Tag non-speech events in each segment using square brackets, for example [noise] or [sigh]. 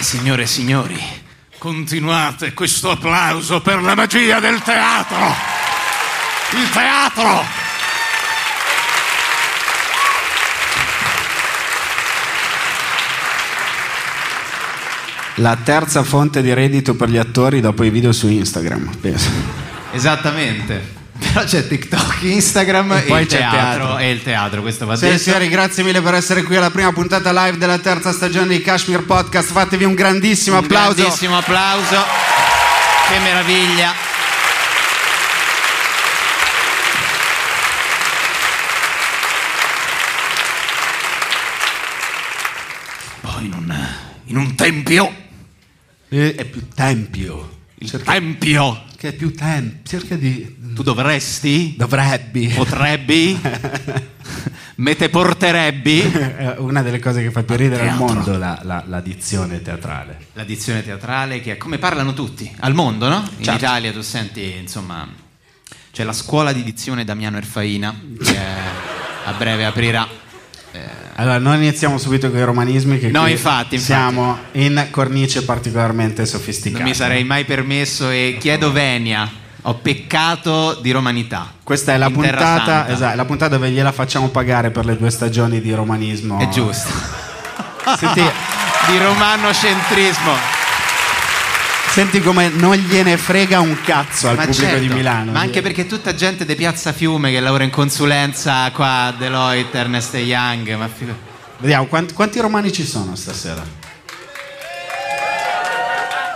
Signore e signori, continuate questo applauso per la magia del teatro. Il teatro. La terza fonte di reddito per gli attori dopo i video su Instagram, penso. Esattamente. Però c'è TikTok, Instagram e, poi il c'è il teatro, teatro. E il teatro, questo va Signore e detto. signori, grazie mille per essere qui alla prima puntata live della terza stagione di Kashmir Podcast. Fatevi un grandissimo Un applauso. grandissimo applauso. Che meraviglia. Poi in un, in un tempio, Eh, È più tempio. il tempio, Che è più tempo. Cerca di. Tu dovresti, Dovrebbe. [laughs] potrebbi, me te porterebbi. È Eh, Una delle cose che fa più ridere al Teatro. mondo la, la, la dizione teatrale. La dizione teatrale che è come parlano tutti al mondo, no? In Certo. Italia tu senti, insomma, c'è la scuola di dizione Damiano Erfaina che eh, a breve aprirà. Allora, non iniziamo subito con i romanismi. Che No, qui infatti, infatti. Siamo in cornice particolarmente sofisticata. Non mi sarei mai permesso e chiedo venia. Ho peccato di romanità. Questa è la In Terra puntata, Santa. esatto, la puntata dove gliela facciamo pagare per le due stagioni di romanismo. È giusto. [laughs] esatto. Senti, Di romanocentrismo. senti come non gliene frega un cazzo al Ma pubblico certo, di Milano. Ma anche perché tutta gente di Piazza Fiume che lavora in consulenza qua a Deloitte, Ernest Young, ma figu- Vediamo quant- quanti romani ci sono stasera.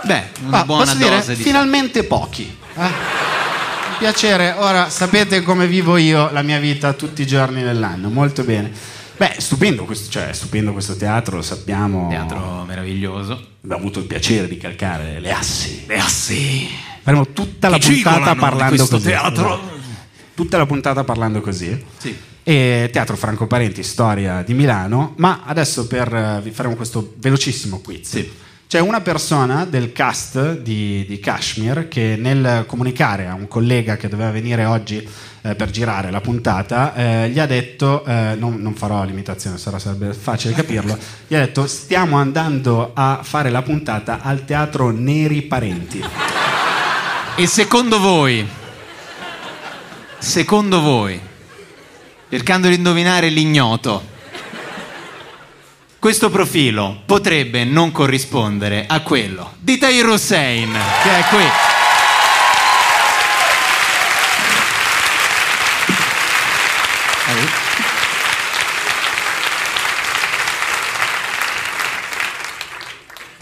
Beh, una Ah, buona posso dire, dose di finalmente pochi. eh? Un piacere, ora sapete come vivo io la mia vita tutti i giorni dell'anno, molto bene. Beh, stupendo questo, cioè, stupendo questo teatro, lo sappiamo. teatro meraviglioso. Abbiamo avuto il piacere di calcare le assi. le assi, Faremo tutta la Che cigolano puntata di parlando questo così. teatro. Tutta la puntata parlando così. Sì. E teatro Franco Parenti, storia di Milano. Ma adesso per eh, vi faremo questo velocissimo quiz. Sì. C'è una persona del cast di, di Kashmir che nel comunicare a un collega che doveva venire oggi eh, per girare la puntata, eh, gli ha detto, eh, non, non farò l'imitazione, sarà sarebbe facile capirlo, gli ha detto stiamo andando a fare la puntata al teatro Neri Parenti. E secondo voi, secondo voi, cercando di indovinare l'ignoto, questo profilo potrebbe non corrispondere a quello di Tahir Hussein, che è qui.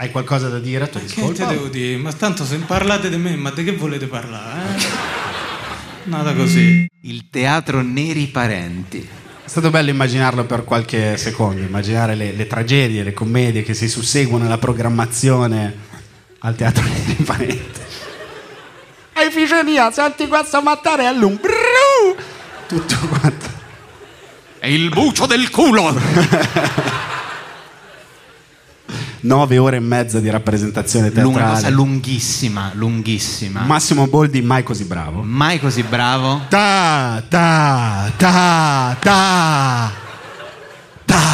Hai qualcosa da dire a tua Che te discolpa? devo dire? Ma tanto se parlate di me, ma di che volete parlare? Eh? Nada così. Il teatro Neri Parenti. È stato bello immaginarlo per qualche secondo, immaginare le, le tragedie, le commedie che si susseguono alla programmazione al teatro di Parente. Hai figlio mia, senti questo mattarello, un brrru! Tutto quanto. è il bucio del culo. [laughs] Nove ore e mezza di rappresentazione Lunga, una cosa teatrale. lunghissima, lunghissima. Massimo Boldi mai così bravo. Mai così bravo? Ta ta ta ta ta.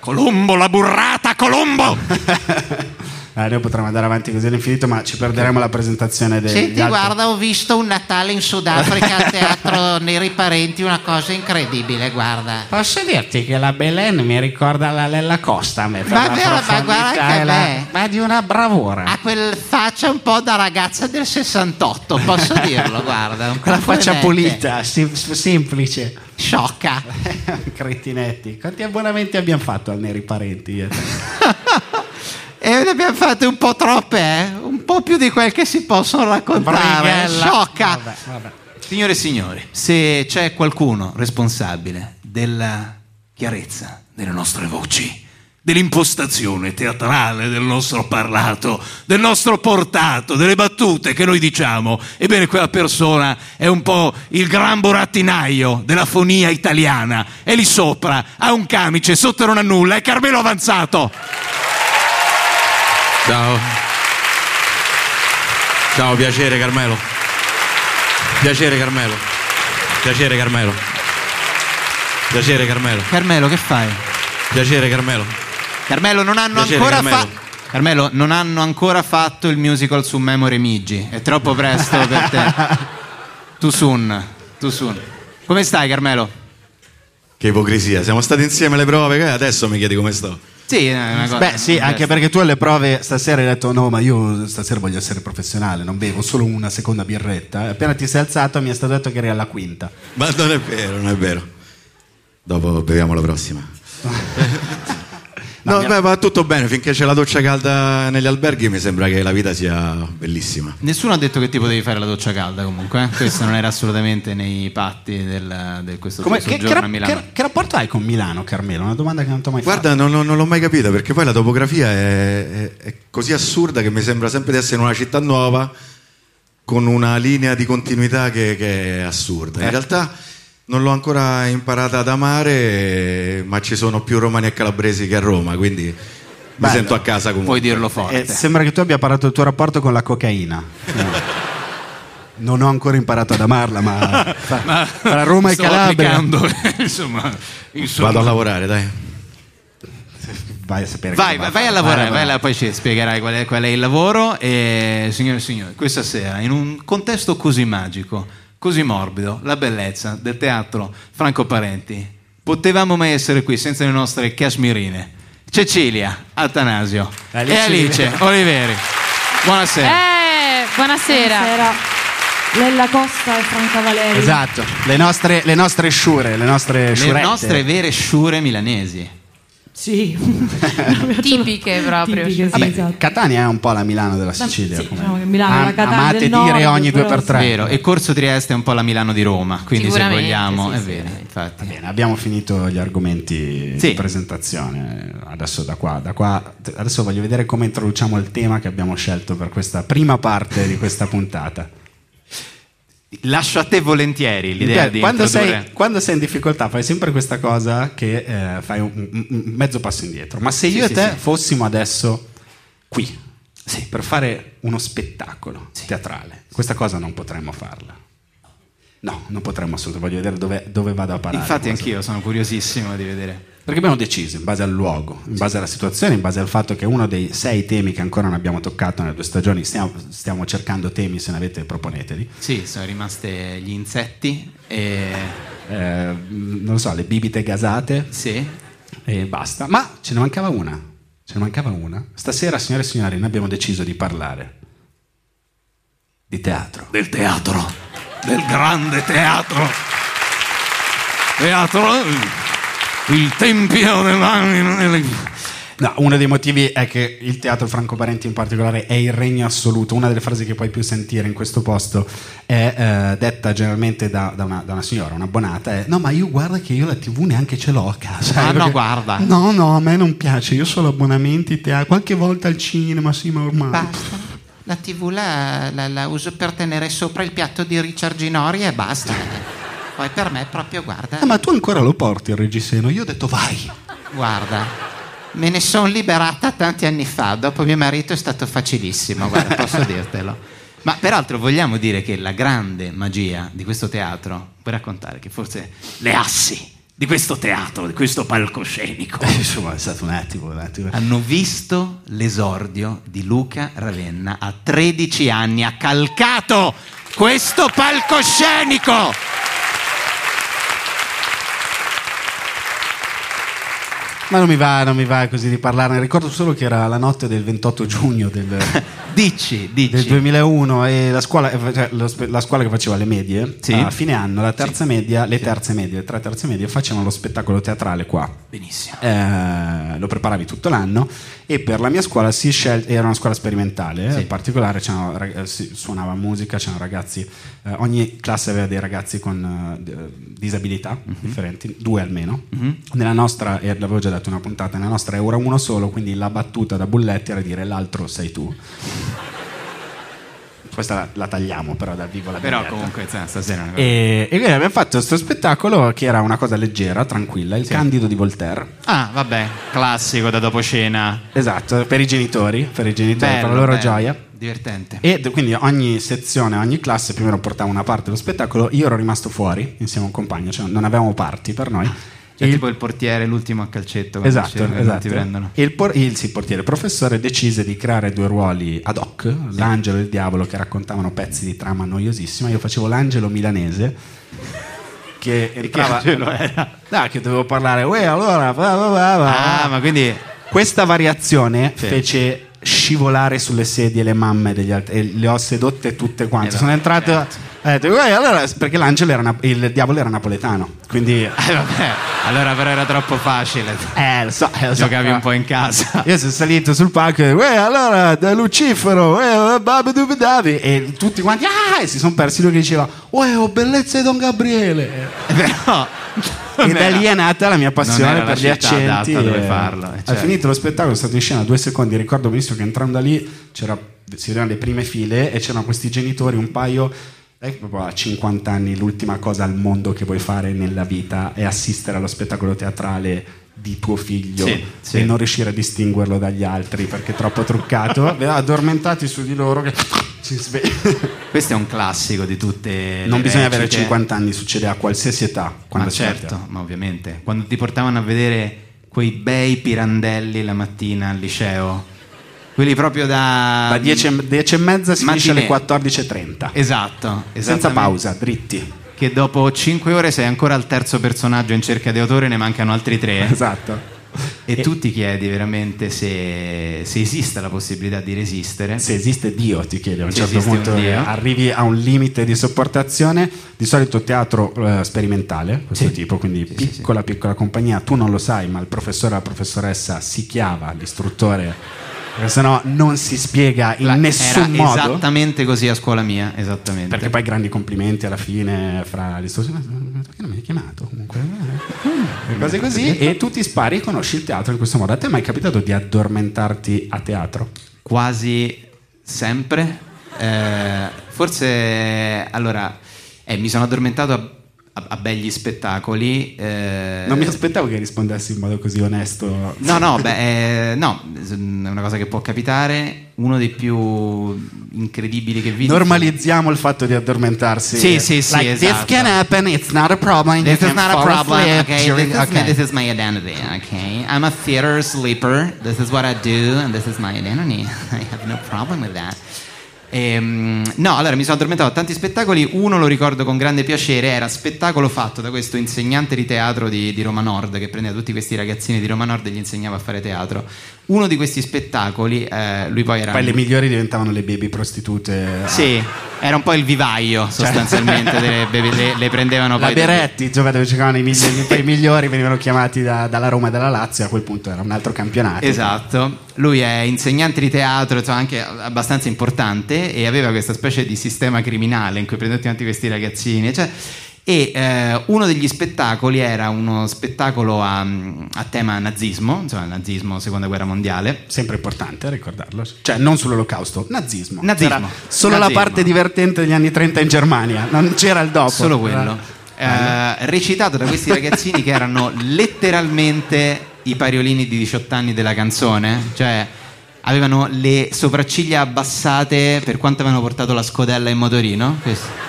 Colombo, la burrata, Colombo. [laughs] Eh, noi potremmo andare avanti così all'infinito, ma ci perderemo la presentazione dei Senti, degli altri. guarda, ho visto un Natale in Sudafrica al teatro Neri Parenti, una cosa incredibile, guarda. Posso dirti che la Belen mi ricorda la Lella Costa a me, per Ma la vero, ma profondità guarda che e la- beh. ma di una bravura. Ha quel faccia un po' da ragazza del 68, Ecco, [laughs] posso dirlo, guarda. un Con la po' faccia prudente. pulita, sim- semplice. Sciocca. [laughs] Cretinetti, quanti abbonamenti abbiamo fatto al Neri Parenti? eh? io e [laughs] te? E Eh, ne abbiamo fatte un po' troppe, eh? un po' più di quel che si possono eh, raccontare. Brighella. Sciocca. Vabbè, vabbè. Signore e signori, se c'è qualcuno responsabile della chiarezza delle nostre voci, dell'impostazione teatrale del nostro parlato, del nostro portato, delle battute che noi diciamo. Ebbene, quella persona è un po' il gran burattinaio della fonia italiana. È lì sopra, ha un camice, sotto non ha nulla, è Carmelo Avanzato. Ciao. Ciao, piacere Carmelo. Piacere Carmelo. Piacere Carmelo. Piacere Carmelo. Carmelo, che fai? Piacere Carmelo. Carmelo, non hanno Piacere ancora Carmelo. fatto. Carmelo, non hanno ancora fatto il musical su Memory Migi. È troppo presto per [laughs] te. Too soon, too soon. Come stai, Carmelo? Che ipocrisia, siamo stati insieme alle prove, che adesso mi chiedi come sto. Sì, è una cosa. Beh, sì, anche perché tu alle prove stasera hai detto: No, ma io stasera voglio essere professionale, non bevo solo una seconda birretta. Appena ti sei alzato, mi è stato detto che eri alla quinta. Ma non è vero, non è vero. Dopo beviamo la prossima. No, beh, va tutto bene, finché c'è la doccia calda negli alberghi mi sembra che la vita sia bellissima. Nessuno ha detto che ti potevi fare la doccia calda comunque, eh? questo non era assolutamente nei patti del, del questo Come- Come, che, soggiorno che ra- a Milano. che- che rapporto hai con Milano, Carmelo? Una domanda che non ti ho mai Guarda, non, non- non l'ho mai capita perché poi la topografia è, è- è così assurda che mi sembra sempre di essere in una città nuova con una linea di continuità che, che è assurda. Eh. In realtà non l'ho ancora imparata ad amare, eh, ma ci sono più romani e calabresi che a Roma, quindi mi Bello. sento a casa comunque. Puoi dirlo fatto. Eh, forte. [laughs] sembra che tu abbia parlato del tuo rapporto con la cocaina. non ho ancora imparato ad amarla, [laughs] ma tra- tra Roma e Stavo Calabria. [laughs] applicando, insomma, insomma. Vado a lavorare, dai. Vai a sapere. Vai, vai, cosa fa. vai a lavorare, vai là, poi ci spiegherai qual è, qual è il lavoro. E, signore e signori, questa sera, in un contesto così magico, così morbido, la bellezza del teatro Franco Parenti, potevamo mai essere qui senza le nostre cashmirine? Cecilia, Atanasio Alice e Alice Oliveri. Buonasera. Eh, buonasera. Buonasera. Lella Costa e Franca Valeri. Esatto, le nostre, le nostre sciure, le nostre le sciurette. nostre vere sciure milanesi. [laughs] Sì. Tipiche proprio. Tipiche, sì, Vabbè, esatto. Catania è un po' la Milano della Sicilia. sì, come- diciamo che Milano è la Catania amate del dire nord, ogni due però per sì. tre. Vero, e Corso Trieste è un po' la Milano di Roma, quindi se Sicuramente, vogliamo, sì, è sì. vero, infatti. Bene, abbiamo finito gli argomenti Sì. di presentazione. Adesso da qua, da qua, adesso voglio vedere come introduciamo il tema che abbiamo scelto per questa prima parte di questa puntata. Lascio a te volentieri l'idea di quando, introdurre. sei, quando sei in difficoltà fai sempre questa cosa che eh, fai un, un- un mezzo passo indietro. Ma se io sì, e te sì. fossimo adesso qui per fare uno spettacolo teatrale, questa cosa non potremmo farla. No, non potremmo assolutamente. Voglio vedere dove, dove vado a parare. Infatti Cosa- anch'io sono curiosissimo di vedere. Perché abbiamo deciso, in base al luogo, in base alla situazione, in base al fatto che uno dei sei temi che ancora non abbiamo toccato nelle due stagioni, stiamo, stiamo cercando temi, se ne avete proponeteli, Sì, sono rimaste gli insetti e... Eh, non lo so, le bibite gasate Sì. e basta. Ma ce ne mancava una, ce ne mancava una. Stasera, signore e signori, noi abbiamo deciso di parlare di teatro. del teatro, del grande teatro. Teatro, il tempio dell'anima. No, uno dei motivi è che il teatro Franco Parenti in particolare è il regno assoluto. Una delle frasi che puoi più sentire in questo posto è eh, detta generalmente da, da una, da una signora, un'abbonata, è no ma io guarda che io la tv neanche ce l'ho a Ah, casa. Eh, no, guarda. No, no, a me non piace, io solo abbonamenti, teatro, qualche volta al cinema, sì ma ormai... La tv la, uso per tenere sopra il piatto di Richard Ginori e [laughs] basta. Poi per me proprio, guarda, Ah, ma tu ancora lo porti il reggiseno? Io ho detto vai. guarda. Me ne sono liberata tanti anni fa, dopo mio marito è stato facilissimo, guarda, [laughs] posso dirtelo. Ma peraltro vogliamo dire che la grande magia di questo teatro, puoi raccontare che forse Le assi di questo teatro, di questo palcoscenico. Eh, Insomma, è stato un attimo, un attimo. Hanno visto l'esordio di Luca Ravenna a 13 anni, ha calcato questo palcoscenico. Ma non mi va, non mi va così di parlarne. Ricordo solo che era la notte del 28 giugno [laughs] del... Dici, del dici. 2001 e la scuola, eh, cioè, lo spe- la scuola che faceva le medie Sì. a fine anno la terza media le terze medie le tre terze medie facevano lo spettacolo teatrale qua Benissimo. Eh, lo preparavi tutto l'anno e per la mia scuola si scel- era una scuola sperimentale eh, in particolare c'erano rag- eh, si suonava musica c'erano ragazzi eh, ogni classe aveva dei ragazzi con eh, d- eh, disabilità Mhm. differenti due almeno nella nostra e l'avevo già dato in una puntata nella nostra era uno solo quindi la battuta da bulletti era dire l'altro sei [laughs] tu questa la, la tagliamo però dal vivo la Però vignetta. comunque sa, stasera è una cosa. e, e quindi abbiamo fatto questo spettacolo che era una cosa leggera, tranquilla, il Candido di Voltaire. Ah, vabbè, classico da dopo cena. Esatto, per i genitori, per i genitori, per Bello, la loro bello, gioia. Divertente. E d- quindi ogni sezione, ogni classe più o meno portava una parte dello spettacolo. Io ero rimasto fuori insieme a un compagno, cioè non avevamo parti per noi. Cioè, Il- tipo il portiere, l'ultimo a calcetto. quando Esatto, ci- quando esatto. Ti prendono. Il, por- il- sì, il portiere professore decise di creare due ruoli ad hoc, l'angelo e il diavolo che raccontavano pezzi di trama noiosissima, io facevo l'angelo milanese che entrava [laughs] No, che dovevo parlare, "Uè, allora, va, va, va, va". Ah, ma quindi [laughs] questa variazione fece scivolare sulle sedie le mamme degli altri e le ho sedotte tutte quante. Sono entrato ho detto, "Uè, allora", perché l'angelo era na- il diavolo era napoletano, quindi Eh, vabbè, allora però era troppo facile. eh, lo so, eh, lo so. Giocavi un po' in casa. Io sono salito sul palco e "Uè, allora da Lucifero, eh, uè, uè, babadubidabi", e tutti quanti ah, e si sono persi lui che diceva "Uè, oh bellezza di Don Gabriele". però. E da lì è nata la mia non passione era la per gli città accenti. adatta dove e- farlo, eh, certo. È finito lo spettacolo, sono stato in scena due secondi. Ricordo benissimo che entrando da lì c'era- si vedevano le prime file e c'erano questi genitori, un paio. eh, proprio a 50 anni l'ultima cosa al mondo che vuoi fare nella vita è assistere allo spettacolo teatrale di tuo figlio Sì, sì. e non riuscire a distinguerlo dagli altri perché è [laughs] troppo truccato. Beh, addormentati su di loro che si svegliano. Questo è un classico di tutte le Non bisogna avere recite. 50 anni, succede a qualsiasi età. Quando ma si fa teatro. certo, ma ovviamente. Quando ti portavano a vedere quei bei pirandelli la mattina al liceo, Ah, quelli proprio da. Da 10, e mezza si finisce Mattinee. alle 14.30. Esatto, Senza esattamente. pausa, dritti. Che dopo 5 ore sei ancora al terzo personaggio in cerca di autore, ne mancano altri tre. Esatto. E, tu ti chiedi veramente se, se esista la possibilità di resistere. Se esiste Dio, ti chiedi a un Se certo esiste un punto, Dio. eh, arrivi a un limite di sopportazione. Di solito teatro eh, sperimentale, questo tipo, quindi piccola, piccola compagnia. Tu non lo sai, ma il professore o la professoressa si chiava l'istruttore, perché sennò non si spiega in La- nessun era esatto. modo. esattamente così a scuola mia, esattamente. Perché poi grandi complimenti alla fine fra gli stessi, "Ma perché non mi hai chiamato comunque? Eh, Cose così e tu ti spari e conosci il teatro in questo modo. A te mai è capitato di addormentarti a teatro? quasi sempre. Eh, forse allora eh, mi sono addormentato a, a- a begli spettacoli. eh, Non mi aspettavo che rispondessi in modo così onesto. No, no, beh, eh, no, è una cosa che può capitare. Uno dei più incredibili che vidi. Normalizziamo il fatto di addormentarsi. Sì, sì, sì, Like, esatto. This can happen, it's not a problem. This you is can not a fall problem, asleep okay? during- This is, okay. My, this is my identity, okay? I'm a theater sleeper. This is what I do, and this is my identity. [laughs] I have no problem with that. Ehm, no, allora mi sono addormentato a tanti spettacoli. Uno lo ricordo con grande piacere: era spettacolo fatto da questo insegnante di teatro di, di Roma Nord che prendeva tutti questi ragazzini di Roma Nord e gli insegnava a fare teatro. Uno di questi spettacoli, eh, lui poi era. Poi le migliori diventavano le baby prostitute. Cioè. Sì, era un po' il vivaio sostanzialmente. delle bebe- le, le prendevano La poi. da- Beretti giocava dove giocavano i, migli- i migliori, venivano chiamati da- dalla Roma e dalla Lazio, a quel punto era un altro campionato. Esatto, lui è insegnante di teatro, insomma, anche abbastanza importante e aveva questa specie di sistema criminale in cui prendeva tutti questi ragazzini. cioè- e eh, uno degli spettacoli era uno spettacolo a, a tema nazismo, insomma nazismo, seconda guerra mondiale. Sempre importante ricordarlo. Cioè, non sull'olocausto, nazismo. Nazismo. C'era solo la Nazismo. parte divertente degli anni 30 in Germania, non c'era il dopo. Solo quello. Era- Eh, recitato da questi ragazzini che erano letteralmente i pariolini di 18 anni della canzone, cioè avevano le sopracciglia abbassate per quanto avevano portato la scodella in motorino. questo.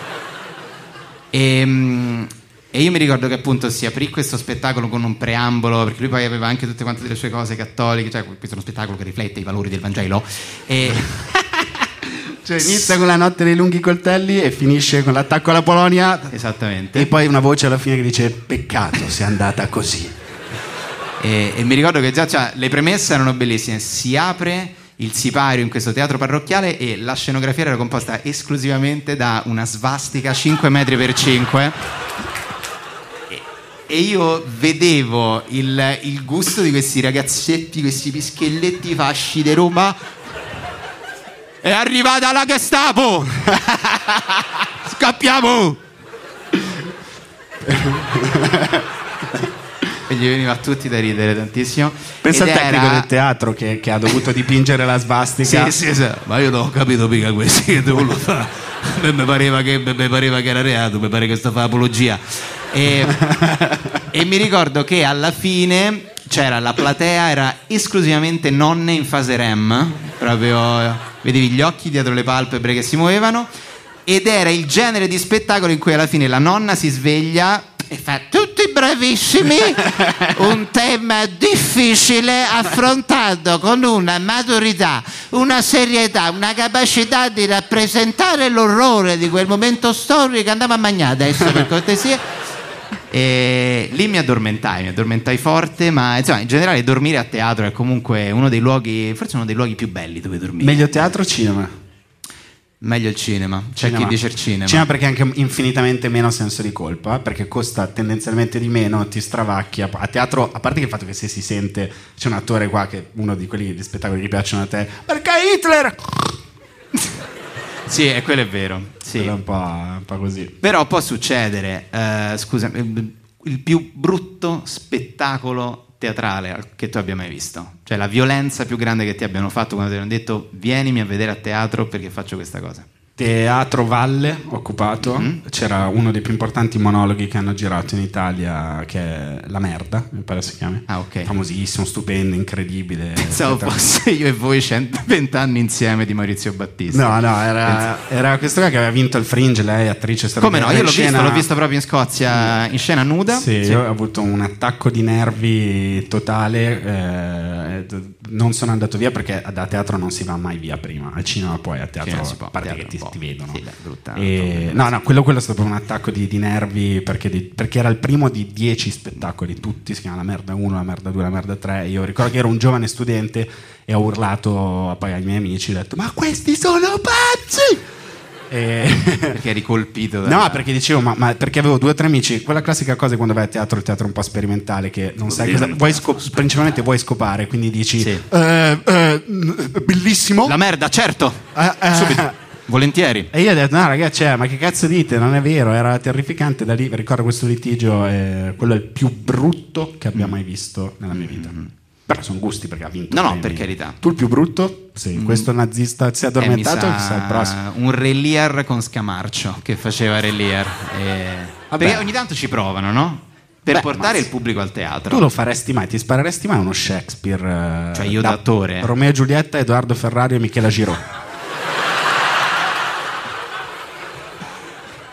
E, mm, e io mi ricordo che appunto si aprì questo spettacolo con un preambolo, perché lui poi aveva anche tutte quante delle sue cose cattoliche, cioè questo è uno spettacolo che riflette i valori del Vangelo. E... [laughs] Cioè, inizia con la notte dei lunghi coltelli e finisce con l'attacco alla Polonia. Esattamente. E poi una voce alla fine che dice: Peccato, sia andata così. E, e mi ricordo che già cioè, le premesse erano bellissime. Si apre il sipario in questo teatro parrocchiale e la scenografia era composta esclusivamente da una svastica 5 metri per 5. E io vedevo il, il gusto di questi ragazzetti, questi pischelletti fasci di Roma. È arrivata la Gestapo! [laughs] Scappiamo! e gli veniva a tutti da ridere tantissimo. Pensa Ed al tecnico era- del teatro che, che ha dovuto dipingere la svastica. Sì, sì, sì, ma io non ho capito mica questi [laughs] che devono fare. A me Mi pareva che, mi pareva che era reato, mi pare che sta fa apologia. E, e mi ricordo che alla fine c'era la platea, era esclusivamente nonne in fase REM, proprio eh, vedevi gli occhi dietro le palpebre che si muovevano ed era il genere di spettacolo in cui alla fine la nonna si sveglia e fa tutto tutti bravissimi un tema difficile affrontando con una maturità, una serietà, una capacità di rappresentare l'orrore di quel momento storico. Andiamo a mangiare adesso per cortesia. E lì mi addormentai, mi addormentai forte, ma insomma, in generale dormire a teatro è comunque uno dei luoghi, forse uno dei luoghi più belli dove dormire. Meglio teatro o cinema? Meglio il cinema, c'è Cinema. chi dice il cinema. Cinema perché ha anche infinitamente meno senso di colpa, perché costa tendenzialmente di meno, ti stravacchia. A teatro, a parte che il fatto che se si sente, c'è un attore qua che uno di quelli di spettacoli che piacciono a te, perché Hitler? Sì, e quello è vero. sì. Quello È un po', un po' così. Però può succedere, eh, scusa, il più brutto spettacolo teatrale che tu abbia mai visto. Cioè la violenza più grande che ti abbiano fatto quando ti hanno detto vienimi a vedere a teatro perché faccio questa cosa. Teatro Valle, occupato, Mm? c'era uno dei più importanti monologhi che hanno girato in Italia, che è La Merda, mi pare si chiami. Ah, ok. Famosissimo, stupendo, incredibile. Pensavo eccetera. fosse io e voi 120 anni insieme di Maurizio Battista. No, no, era, era questo qua che aveva vinto il Fringe, lei è attrice Come no? Io l'ho visto, visto, l'ho visto proprio in Scozia, in scena nuda. Sì, Sì. io ho avuto un attacco di nervi totale, eh, d- non sono andato via perché da teatro non si va mai via prima, al cinema poi, a Sì, teatro, non si può, a parte teatro che ti, un po'. ti vedono. Sì, dai, brutta- E- no, no, quello, quello è stato proprio un attacco di, di nervi perché, di- perché era il primo di dieci spettacoli, tutti, si chiama La Merda 1, La Merda 2, La Merda 3, io ricordo che ero un giovane studente e ho urlato poi ai miei amici, ho detto ma questi sono pazzi! E... [laughs] Perché eri colpito. da- No, perché dicevo, ma, ma perché avevo due o tre amici, quella classica cosa quando vai a teatro, il teatro è un po' sperimentale, che non sai cosa, vuoi scop- principalmente vuoi scopare, quindi dici, Sì. "Eh, eh, n- bellissimo. La merda, certo! Eh, eh. Subito. Volentieri. E io ho detto, no ragazzi, cioè, ma che cazzo dite, non è vero, era terrificante, da lì ricordo questo litigio, eh, quello è il più brutto che abbia mai visto nella mia vita. Però sono gusti perché ha vinto. Mm-hmm. No, no, premi. per carità. Tu il più brutto? Sì, questo nazista si è Eh, mi addormentato, sa chissà il prossimo. Un Relier con Scamarcio che faceva Relier. E- Vabbè. Perché ogni tanto ci provano, no? Per Beh, portare ma- il pubblico al teatro. Tu lo faresti mai, ti spareresti mai uno Shakespeare? eh, Cioè, io da attore? Romeo e Giulietta, Edoardo Ferrario e Michela Giro.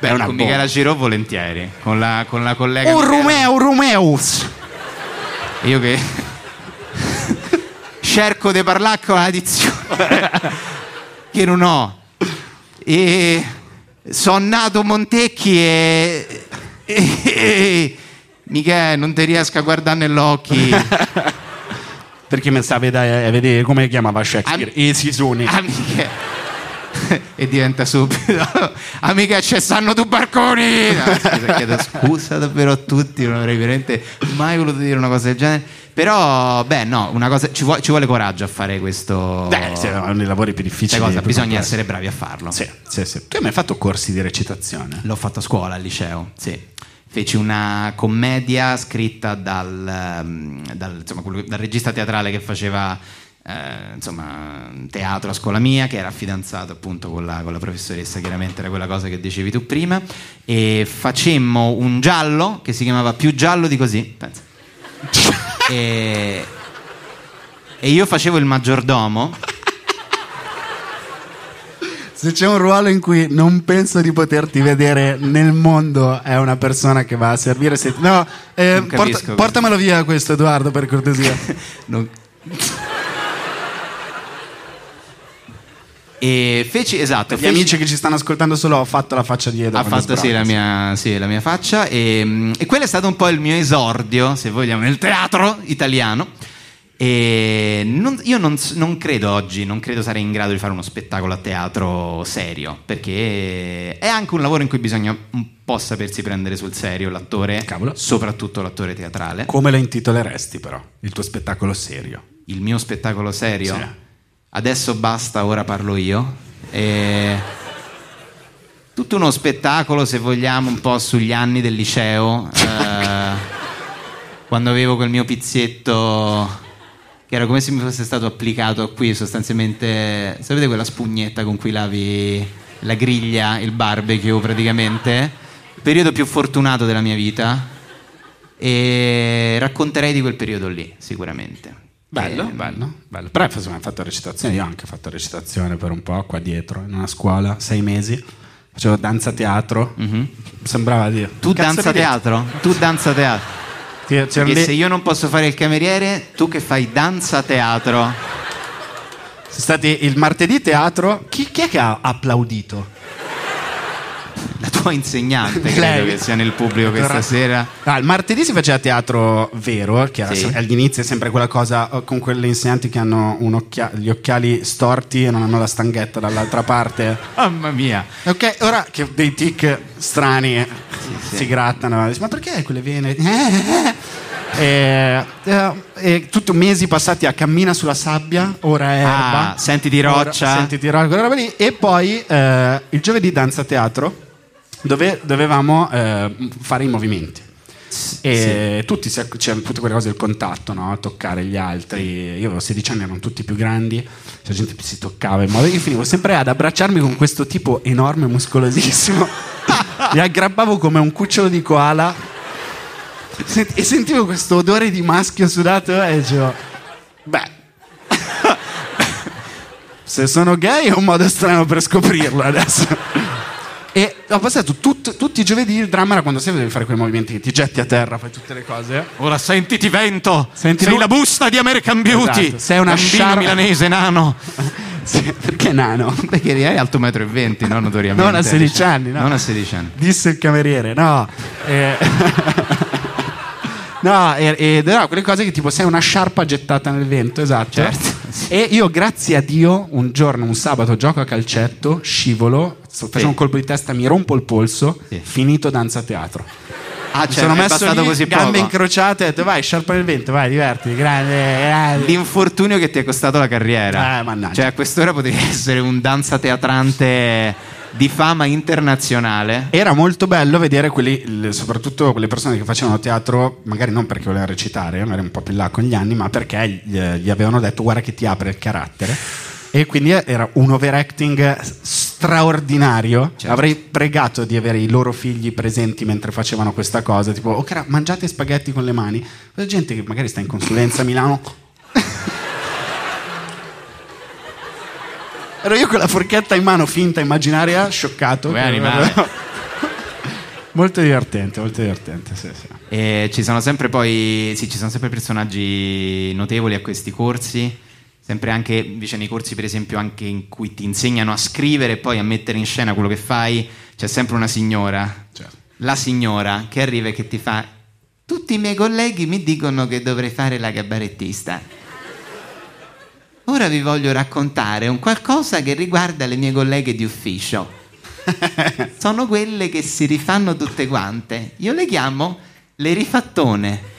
Beh, è una con Ecco, bomba. Michela Giro volentieri. Con la, con la collega. Un Eh, Michela- Romeo, un Romeus! Io che. [laughs] Cerco di parlare con la dizione [laughs] che non ho. E. Sono nato Montecchi e. e- e- Michele, non ti riesco a guardare [laughs] nell'occhio. Per chi mi sa vedere, eh, vedere come chiamava Shakespeare? Am- I Sisoni. Amiche. [laughs] e diventa subito [laughs] amiche ci stanno due barconi No, scusa, chiedo scusa davvero a tutti non avrei veramente mai voluto dire una cosa del genere però beh no una cosa, ci, vuole, ci vuole coraggio a fare questo Beh, sì, è uno dei lavori più questa difficili. cosa più bisogna complessi. essere bravi a farlo Sì, sì, sì. Tu hai mai fatto corsi di recitazione? L'ho fatto a scuola, al liceo, sì. Feci una commedia scritta dal, ehm, dal, insomma, quello- dal regista teatrale che faceva eh, insomma, teatro a scuola mia, che era fidanzato appunto con la, con la professoressa, chiaramente era quella cosa che dicevi tu prima, e facemmo un giallo che si chiamava Più giallo di così, [laughs] pensa. e, e io facevo il maggiordomo. [laughs] Se c'è un ruolo in cui non penso di poterti vedere nel mondo, è una persona che va a servire. se- No, eh, Non capisco questo. portamelo via questo, Edoardo, per cortesia. [laughs] Non- e feci esatto Gli feci- amici che ci stanno ascoltando solo ho fatto la faccia di Edo. ha quando fatto sì sbrana, la, mia, sì, la mia faccia e, mm, e quello è stato un po' il mio esordio se vogliamo nel teatro italiano e non- io non, s- non credo oggi non credo sarei in grado di fare uno spettacolo a teatro serio perché è anche un lavoro in cui bisogna un po' sapersi prendere sul serio l'attore Cavolo. soprattutto l'attore teatrale Come lo intitoleresti però? Il tuo spettacolo serio. il mio spettacolo serio. Sì. Adesso basta, ora parlo io. E... Tutto uno spettacolo, se vogliamo, un po' sugli anni del liceo. eh, quando avevo quel mio pizzetto che era come se mi fosse stato applicato qui sostanzialmente sapete quella spugnetta con cui lavi la griglia il barbecue praticamente periodo più fortunato della mia vita e racconterei di quel periodo lì sicuramente Bello, Eh, bello, bello. Però insomma, hai fatto recitazione, io ho anche fatto recitazione per un po' qua dietro, in una scuola, sei mesi. facevo danza teatro. Sembrava di. Mhm. Tu Cazzo danza di- teatro? Tu danza teatro. Ti- c'erano Perché dei- se io non posso fare il cameriere, tu che fai danza teatro. Sono stati il martedì teatro. Chi, chi è che ha applaudito? La tua [laughs] insegnante Lei. credo che sia nel pubblico questa sera. Ah, il martedì si faceva teatro vero, che era Sì. se- all'inizio è sempre quella cosa eh, con quelle insegnanti che hanno un occhia- gli occhiali storti e non hanno la stanghetta dall'altra parte. Mamma mia. Ok, ora che dei tic strani eh, si grattano, dici, ma perché quelle vene? [laughs] e, eh, e tutto mesi passati a cammina sulla sabbia, ora è Ah, erba. senti di Ora- roccia. senti di roccia, quella roba lì. E poi eh, il giovedì danza teatro, dove dovevamo eh, fare i movimenti. E tutti si acc- c'è tutte quelle cose del contatto, no? toccare gli altri. Io avevo 16 anni, erano tutti più grandi, la gente si toccava in modo. Io finivo sempre ad abbracciarmi con questo tipo enorme, muscolosissimo. Mi aggrappavo come un cucciolo di koala Sent- e sentivo questo odore di maschio sudato e dicevo, beh, [laughs] se sono gay è un modo strano per scoprirlo adesso. E ho passato tut- tutti i giovedì il dramma era quando sempre devi fare quei movimenti che ti getti a terra, fai tutte le cose. eh. Ora sentiti vento, Senti sei lui- la busta di American Beauty, Esatto, sei una bambino sciar- milanese nano. [laughs] Sì, perché nano? Perché è alto 1,20 m, no, notoriamente. Non a 16 anni, no. Non a 16 anni. Disse il cameriere, no. Eh, [laughs] no, e, e- no, quelle cose che tipo sei una sciarpa gettata nel vento, esatto. E io, grazie a Dio, un giorno, un sabato, gioco a calcetto, scivolo, so- faccio un colpo di testa, mi rompo il polso, Sì. finito danza teatro. Ah, Mi cioè, sono è messo bastato lì, così poco. gambe incrociate, ho detto vai, sciarpa nel vento, vai, divertiti, grande, grande. L'infortunio che ti è costato la carriera. Eh, mannaggia. Cioè, a quest'ora potevi essere un danza teatrante di fama internazionale. Era molto bello vedere quelli, il- soprattutto quelle persone che facevano teatro, magari non perché volevano recitare, magari un po' più in là con gli anni, ma perché gli, gli avevano detto guarda che ti apre il carattere. E quindi era un overacting straordinario. Avrei pregato di avere i loro figli presenti mentre facevano questa cosa, tipo "Oh, cara, mangiate spaghetti con le mani. La gente che magari sta in consulenza a Milano. Ero io con la forchetta in mano, finta, immaginaria, scioccato. Vuoi animare? [laughs] molto divertente, molto divertente, sì, sì. E ci sono sempre poi sì, ci sono sempre personaggi notevoli a questi corsi. Sempre anche invece nei corsi, per esempio, anche in cui ti insegnano a scrivere e poi a mettere in scena quello che fai, c'è sempre una signora. La signora che arriva e che ti fa. Tutti i miei colleghi mi dicono che dovrei fare la gabarettista. Ora vi voglio raccontare un qualcosa che riguarda le mie colleghe di ufficio [laughs] sono quelle che si rifanno tutte quante. Io le chiamo le rifattone.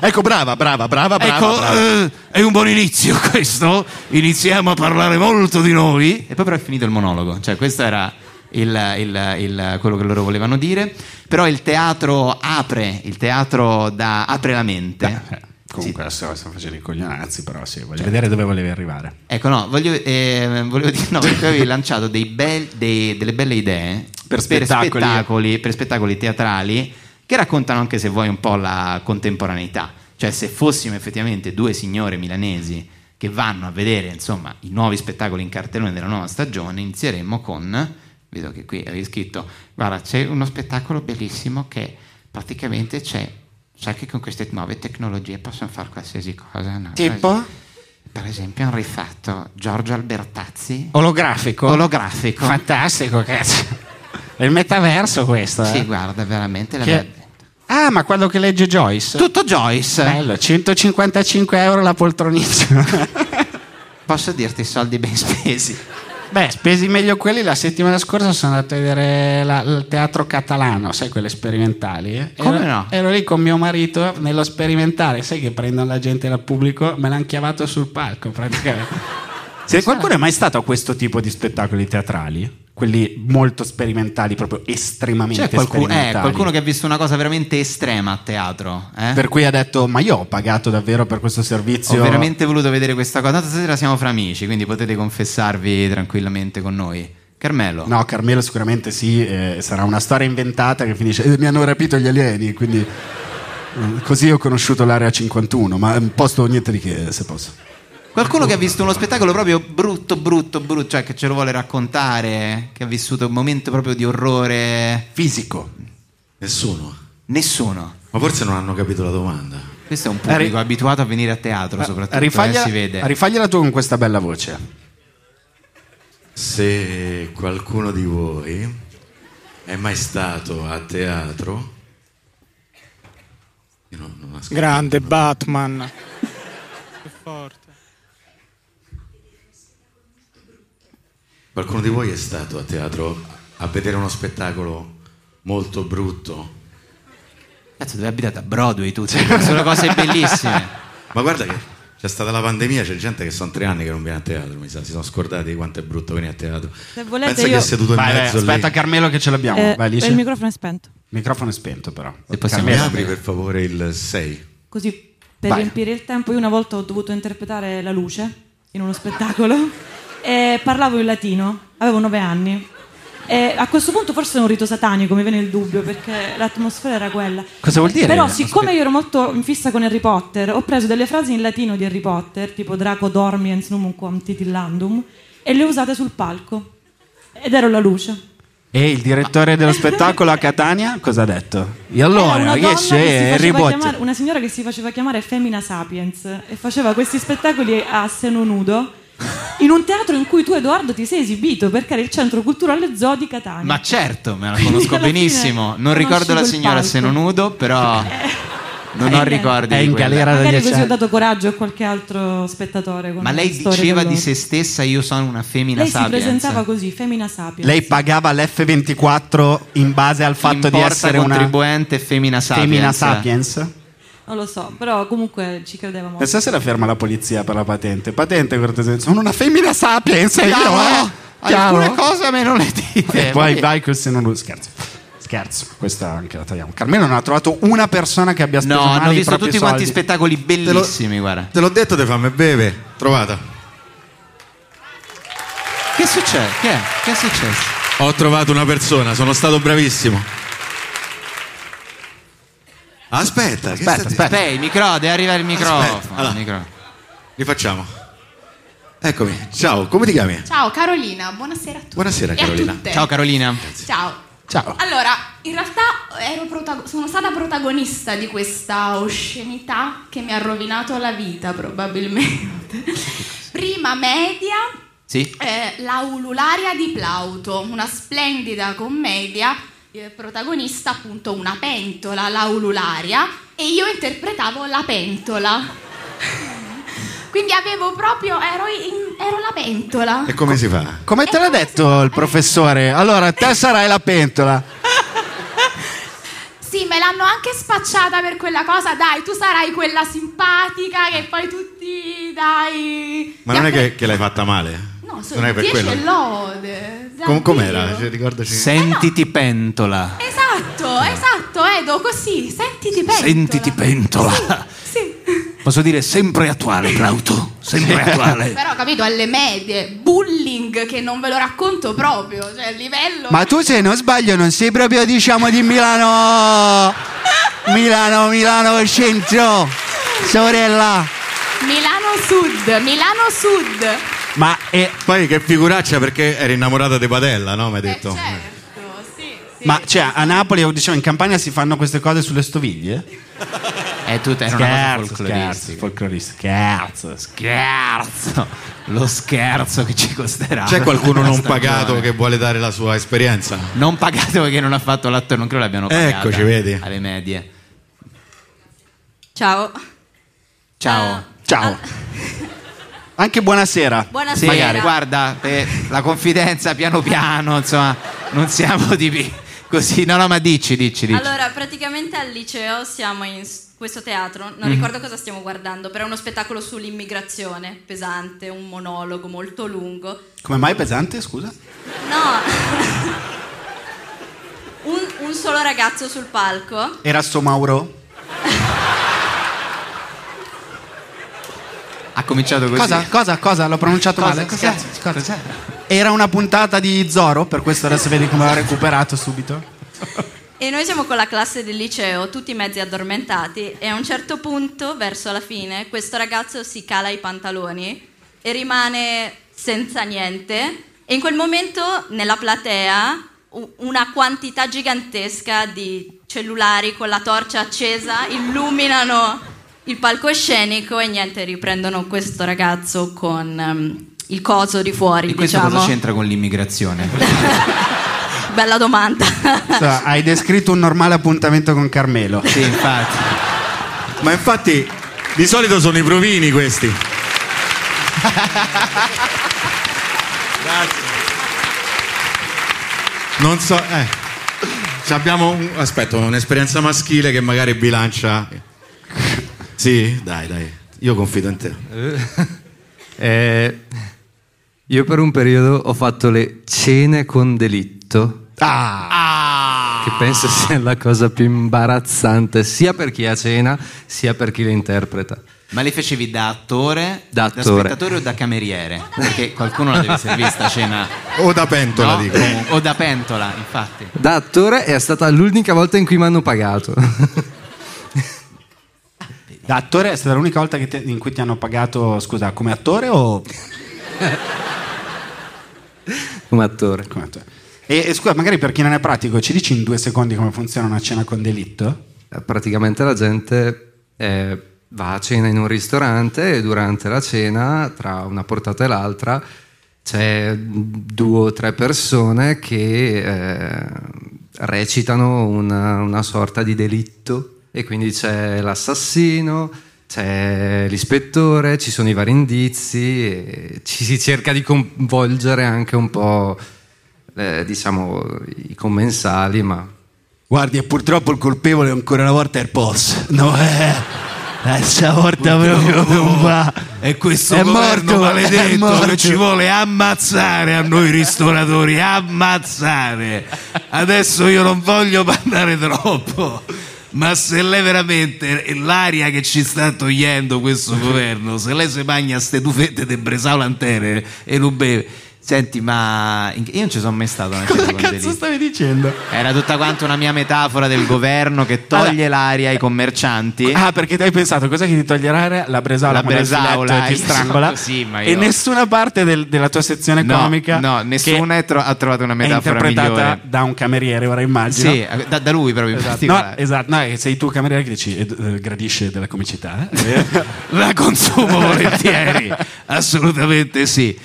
Ecco, brava, brava, brava, brava. ecco, brava. eh, è un buon inizio [laughs] questo, iniziamo a parlare molto di noi. E poi però è finito il monologo, cioè questo era il- il- il- quello che loro volevano dire, però il teatro apre, il teatro da- apre la mente. Cioè, Eh, comunque adesso sto facendo i coglionazzi, però sì, voglio vedere dove volevi arrivare. Ecco, no, voglio, eh, volevo dire, no, perché avevi lanciato dei bel- dei- delle belle idee Per spettacoli. spettacoli- per spettacoli teatrali che raccontano anche, se vuoi, un po' la contemporaneità. Cioè, se fossimo effettivamente due signore milanesi che vanno a vedere, insomma, i nuovi spettacoli in cartellone della nuova stagione, inizieremmo con, vedo che qui avevi scritto, guarda, c'è uno spettacolo bellissimo che praticamente c'è, sai che con queste nuove tecnologie possono fare qualsiasi cosa, no? Tipo? Per esempio, hanno rifatto Giorgio Albertazzi. Olografico? Olografico. Fantastico, cazzo. È il metaverso questo, eh? Sì, guarda, veramente. Che- l'aveva- Ah, ma quello che legge Joyce? Tutto Joyce. Bello, 155 euro la poltronicina. Posso dirti soldi ben spesi. [laughs] Beh, spesi meglio quelli, la settimana scorsa sono andato a vedere la- il teatro catalano, sai, quelle sperimentali. eh? Come Ero- no? Ero lì con mio marito nello sperimentale, sai che prendono la gente dal pubblico, me l'hanno chiavato sul palco praticamente. [laughs] Se qualcuno è mai stato a questo tipo di spettacoli teatrali, quelli molto sperimentali, proprio estremamente C'è qualcuno, eh, qualcuno che ha visto una cosa veramente estrema a teatro. Eh? per cui ha detto, ma io ho pagato davvero per questo servizio. Ho veramente voluto vedere questa cosa. Tanto stasera siamo fra amici, quindi potete confessarvi tranquillamente con noi. Carmelo. No, Carmelo sicuramente sì, eh, sarà una storia inventata che finisce, "Eh, mi hanno rapito gli alieni, quindi mm, eh, così ho conosciuto l'area 51, ma è un posto niente di che, eh, se posso. Qualcuno che ha visto uno spettacolo proprio brutto, brutto, brutto, cioè che ce lo vuole raccontare, che ha vissuto un momento proprio di orrore. Fisico. Nessuno. Nessuno. Ma forse non hanno capito la domanda. Questo è un pubblico Eh, Ri- abituato a venire a teatro, soprattutto eh, Rifagliela, si vede. rifagliela tu con questa bella voce. Se qualcuno di voi è mai stato a teatro, io non, non ascolto. Grande Batman. Che forte. Qualcuno di voi è stato a teatro a vedere uno spettacolo molto brutto? Cazzo, dove abitate a Broadway tu? cioè, sono cose bellissime. [laughs] Ma guarda che c'è stata la pandemia, c'è gente che sono tre anni che non viene a teatro, mi sa, si sono scordati di quanto è brutto venire a teatro. Se volete Pensa io- che è seduto in Vai, vai, mezzo aspetta, lì. Carmelo, che ce l'abbiamo. Eh, Vai, Alice. il microfono è spento. Microfono è spento, però. Se possiamo- Mi Carmelo. apri per favore il 6. Così per Vai. riempire il tempo, io una volta ho dovuto interpretare la luce in uno spettacolo [laughs] e parlavo in latino, avevo nove anni. E a questo punto forse è un rito satanico, mi viene il dubbio perché l'atmosfera era quella. Cosa vuol dire? Però siccome io ero molto in fissa con Harry Potter, ho preso delle frasi in latino di Harry Potter, tipo Draco dormiens numunquam titillandum, e le ho usate sul palco. Ed ero la luce. E il direttore dello spettacolo a Catania cosa ha detto? eh, E Era allora Eh, una donna riesce che si e faceva ribotte. chiamare- una signora che si faceva chiamare Femina Sapiens e faceva questi spettacoli a seno nudo in un teatro in cui tu Edoardo ti sei esibito perché era il centro culturale zoo di Catania. Ma certo, me la Quindi conosco alla fine benissimo. Non conosci ricordo la quel signora se palco. non nudo, però non ho eh, ricordi. Eh. è di in quella. galera da Magari dieci così ho anni. dato coraggio a qualche altro spettatore. con Ma lei una storia diceva con di loro. se stessa: Io sono una femmina Lei si sapiens. presentava così, Femina Sapiens. Lei pagava l'F24 in base al fatto di Importa essere una contribuente femmina sapiens. femmina sapiens? Non lo so, però comunque ci credeva molto. Pensa se la ferma la polizia per la patente. Patente, cortesia. Sono una femmina sapiens e io, Chiaro? eh? Alcune Chiaro? cose me non le dite. E poi Eh, vabbè. Eh, vai col seno nudo. Scherzo. Scherzo. Questa anche la tagliamo. Carmelo non ha trovato una persona che abbia speso No, male hanno i visto propri tutti quanti soldi. spettacoli bellissimi, guarda. Te l'ho detto, te fammi beve. Trovata. Che succede? Che è? Che è successo? Ho trovato una persona, sono stato bravissimo. Aspetta, che stai- Aspetta, il micro, deve arrivare il microfono. Aspetta, allora. il microfono. Rifacciamo. Eccomi. Ciao, come ti chiami? Ciao Carolina, buonasera a tutti. Buonasera, E a Carolina. tutte. Ciao Carolina. Ciao. Ciao. Allora, in realtà ero protago- sono stata protagonista di questa oscenità che mi ha rovinato la vita [laughs] probabilmente. Prima media Sì. eh, La ulularia di Plauto, una splendida commedia, eh, protagonista appunto una pentola, la ulularia, e io interpretavo la pentola. [laughs] Quindi avevo proprio, ero, in- ero la pentola. E come si fa? Come te l'ha detto il professore? Allora, te sarai la pentola. Sì, me l'hanno anche spacciata per quella cosa, dai, tu sarai quella simpatica che poi tutti, dai... Ma non è che, che l'hai fatta male? No, sono non è per 10 quello. e lode. Com- com'era? davvero. Cioè, ricordaci. Sentiti pentola. Esatto, esatto, Edo, così, sentiti pentola. Sentiti pentola. Sì. Posso dire sempre attuale, Plauto. Sempre attuale. Però capito, alle medie, bullying che non ve lo racconto proprio, cioè il livello... Ma tu se non sbaglio non sei proprio diciamo di Milano. Milano, Milano centro. Sorella. Milano Sud, Milano Sud. Ma eh, Poi che figuraccia perché eri innamorata di Padella, no? Mi hai Eh, detto. certo, sì, sì. ma cioè a Napoli o diciamo in Campania si fanno queste cose sulle stoviglie? Eh, È tutta era una cosa Scherzo, scherzo, folcloristica. folclorista. Scherzo, scherzo. Scherzo. Lo scherzo che ci costerà. C'è [laughs] qualcuno la non stagione. pagato che vuole dare la sua esperienza? Non pagato perché non ha fatto l'attore, non credo l'abbiano pagato. Eccoci, vedi. Alle medie. Ciao. Ciao. Ciao. Anche buonasera. Sì, guarda, eh, la confidenza piano piano, insomma, non siamo di così. No, no, ma dici, dici, dici. Allora, praticamente al liceo siamo in s- questo teatro, non ricordo cosa stiamo guardando, però è uno spettacolo sull'immigrazione, pesante, un monologo molto lungo. Come mai pesante, scusa? No! [laughs] un, un solo ragazzo sul palco. Era sto Mauro? ha cominciato così. Cosa? Cosa? Cosa? L'ho pronunciato Cosa? male? Cos'è? Scherzo, scherzo. Era una puntata di Zoro, per questo adesso vedi come l'ho recuperato subito. E E noi siamo con la classe del liceo, tutti mezzi addormentati, e a un certo punto, verso la fine, questo ragazzo si cala i pantaloni e rimane senza niente. E in quel momento, nella platea, u- una quantità gigantesca di cellulari con la torcia accesa illuminano il palcoscenico e niente, riprendono questo ragazzo con ehm, il coso di fuori, E questo diciamo. cosa c'entra con [laughs] l'immigrazione? Bella domanda. Cioè, hai descritto un normale appuntamento con Carmelo. Sì, infatti. Ma infatti, di solito sono i provini [laughs] questi. Non so, eh. Ci Abbiamo un- aspetta, un'esperienza maschile che magari bilancia. Sì, dai, dai. Io confido in te. Eh, io per un periodo ho fatto le cene con delitto. Ah! Che penso sia la cosa più imbarazzante sia per chi ha cena sia per chi le interpreta. Ma le facevi da attore, Da da attore. spettatore o da cameriere? Perché qualcuno la deve servire sta cena. O da pentola, No? dico. Comunque, O da pentola, infatti. Da attore è stata l'unica volta in cui mi hanno pagato. [laughs] Da attore è stata l'unica volta che te- in cui ti hanno pagato, scusa, come attore o come attore? Come attore. E, e scusa, magari per chi non è pratico, ci dici in due secondi come funziona una cena con delitto? eh, Praticamente la gente eh, va a cena in un ristorante e durante la cena, tra una portata e l'altra, c'è due o tre persone che eh, recitano una, una sorta di delitto e quindi c'è l'assassino, c'è l'ispettore, ci sono i vari indizi, e ci si cerca di coinvolgere anche un po' eh, diciamo i commensali, ma Guardi, e purtroppo il colpevole ancora una volta è il boss. No, eh. eh, stavolta oh, proprio non va. E questo è governo morto, maledetto è morto. che ci vuole ammazzare a noi ristoratori, ammazzare. Adesso io non voglio parlare troppo, ma se lei veramente l'aria che ci sta togliendo questo governo, se lei si magna ste tufette di Bresaulantere e non beve. Senti, ma in- io non ci sono mai stato a una cena con delitto. stavi dicendo? Era tutta quanto una mia metafora del governo che toglie Allora- l'aria ai commercianti. Ah, perché ti hai pensato, cos'è che ti toglierà la bresaola? La con il bresaola, filetto e io ti so strangola. così, ma E io- nessuna parte del- della tua sezione No, comica no, nessuna è tro- ha trovato una è metafora interpretata migliore. da un cameriere, ora immagino. Sì, eh, da, da lui proprio in Esatto. No, particolare. esatto, no, è- sei tu cameriere che dici eh, eh, gradisce della comicità. eh? [laughs] La [laughs] consumo volentieri, assolutamente sì.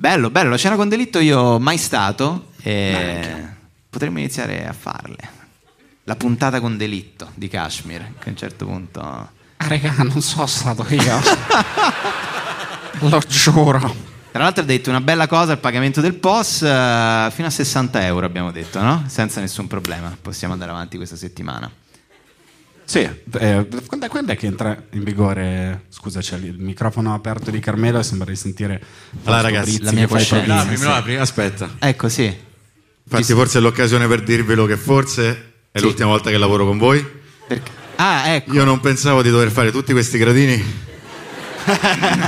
Bello, bello, la cena con delitto io mai stato e potremmo iniziare a farle. La puntata con delitto di Kashmir, che a un certo punto... Ah, raga, non so stato [laughs] io. Lo giuro. Tra l'altro ha detto una bella cosa, il pagamento del POS eh, fino a 60 euro abbiamo detto, no? Senza nessun problema, possiamo andare avanti questa settimana. Sì, eh, quando, quando è che entra in vigore? Scusa, c'è il microfono aperto di Carmelo e sembra di sentire. Allora, ragazzi, la mia Me lo coscienza. apri, me lo apri, aspetta. Ecco, sì. Infatti, forse è l'occasione per dirvelo che forse è l'ultima volta che lavoro con voi. Perché- Ah, ecco. Io non pensavo di dover fare tutti questi [laughs] gradini.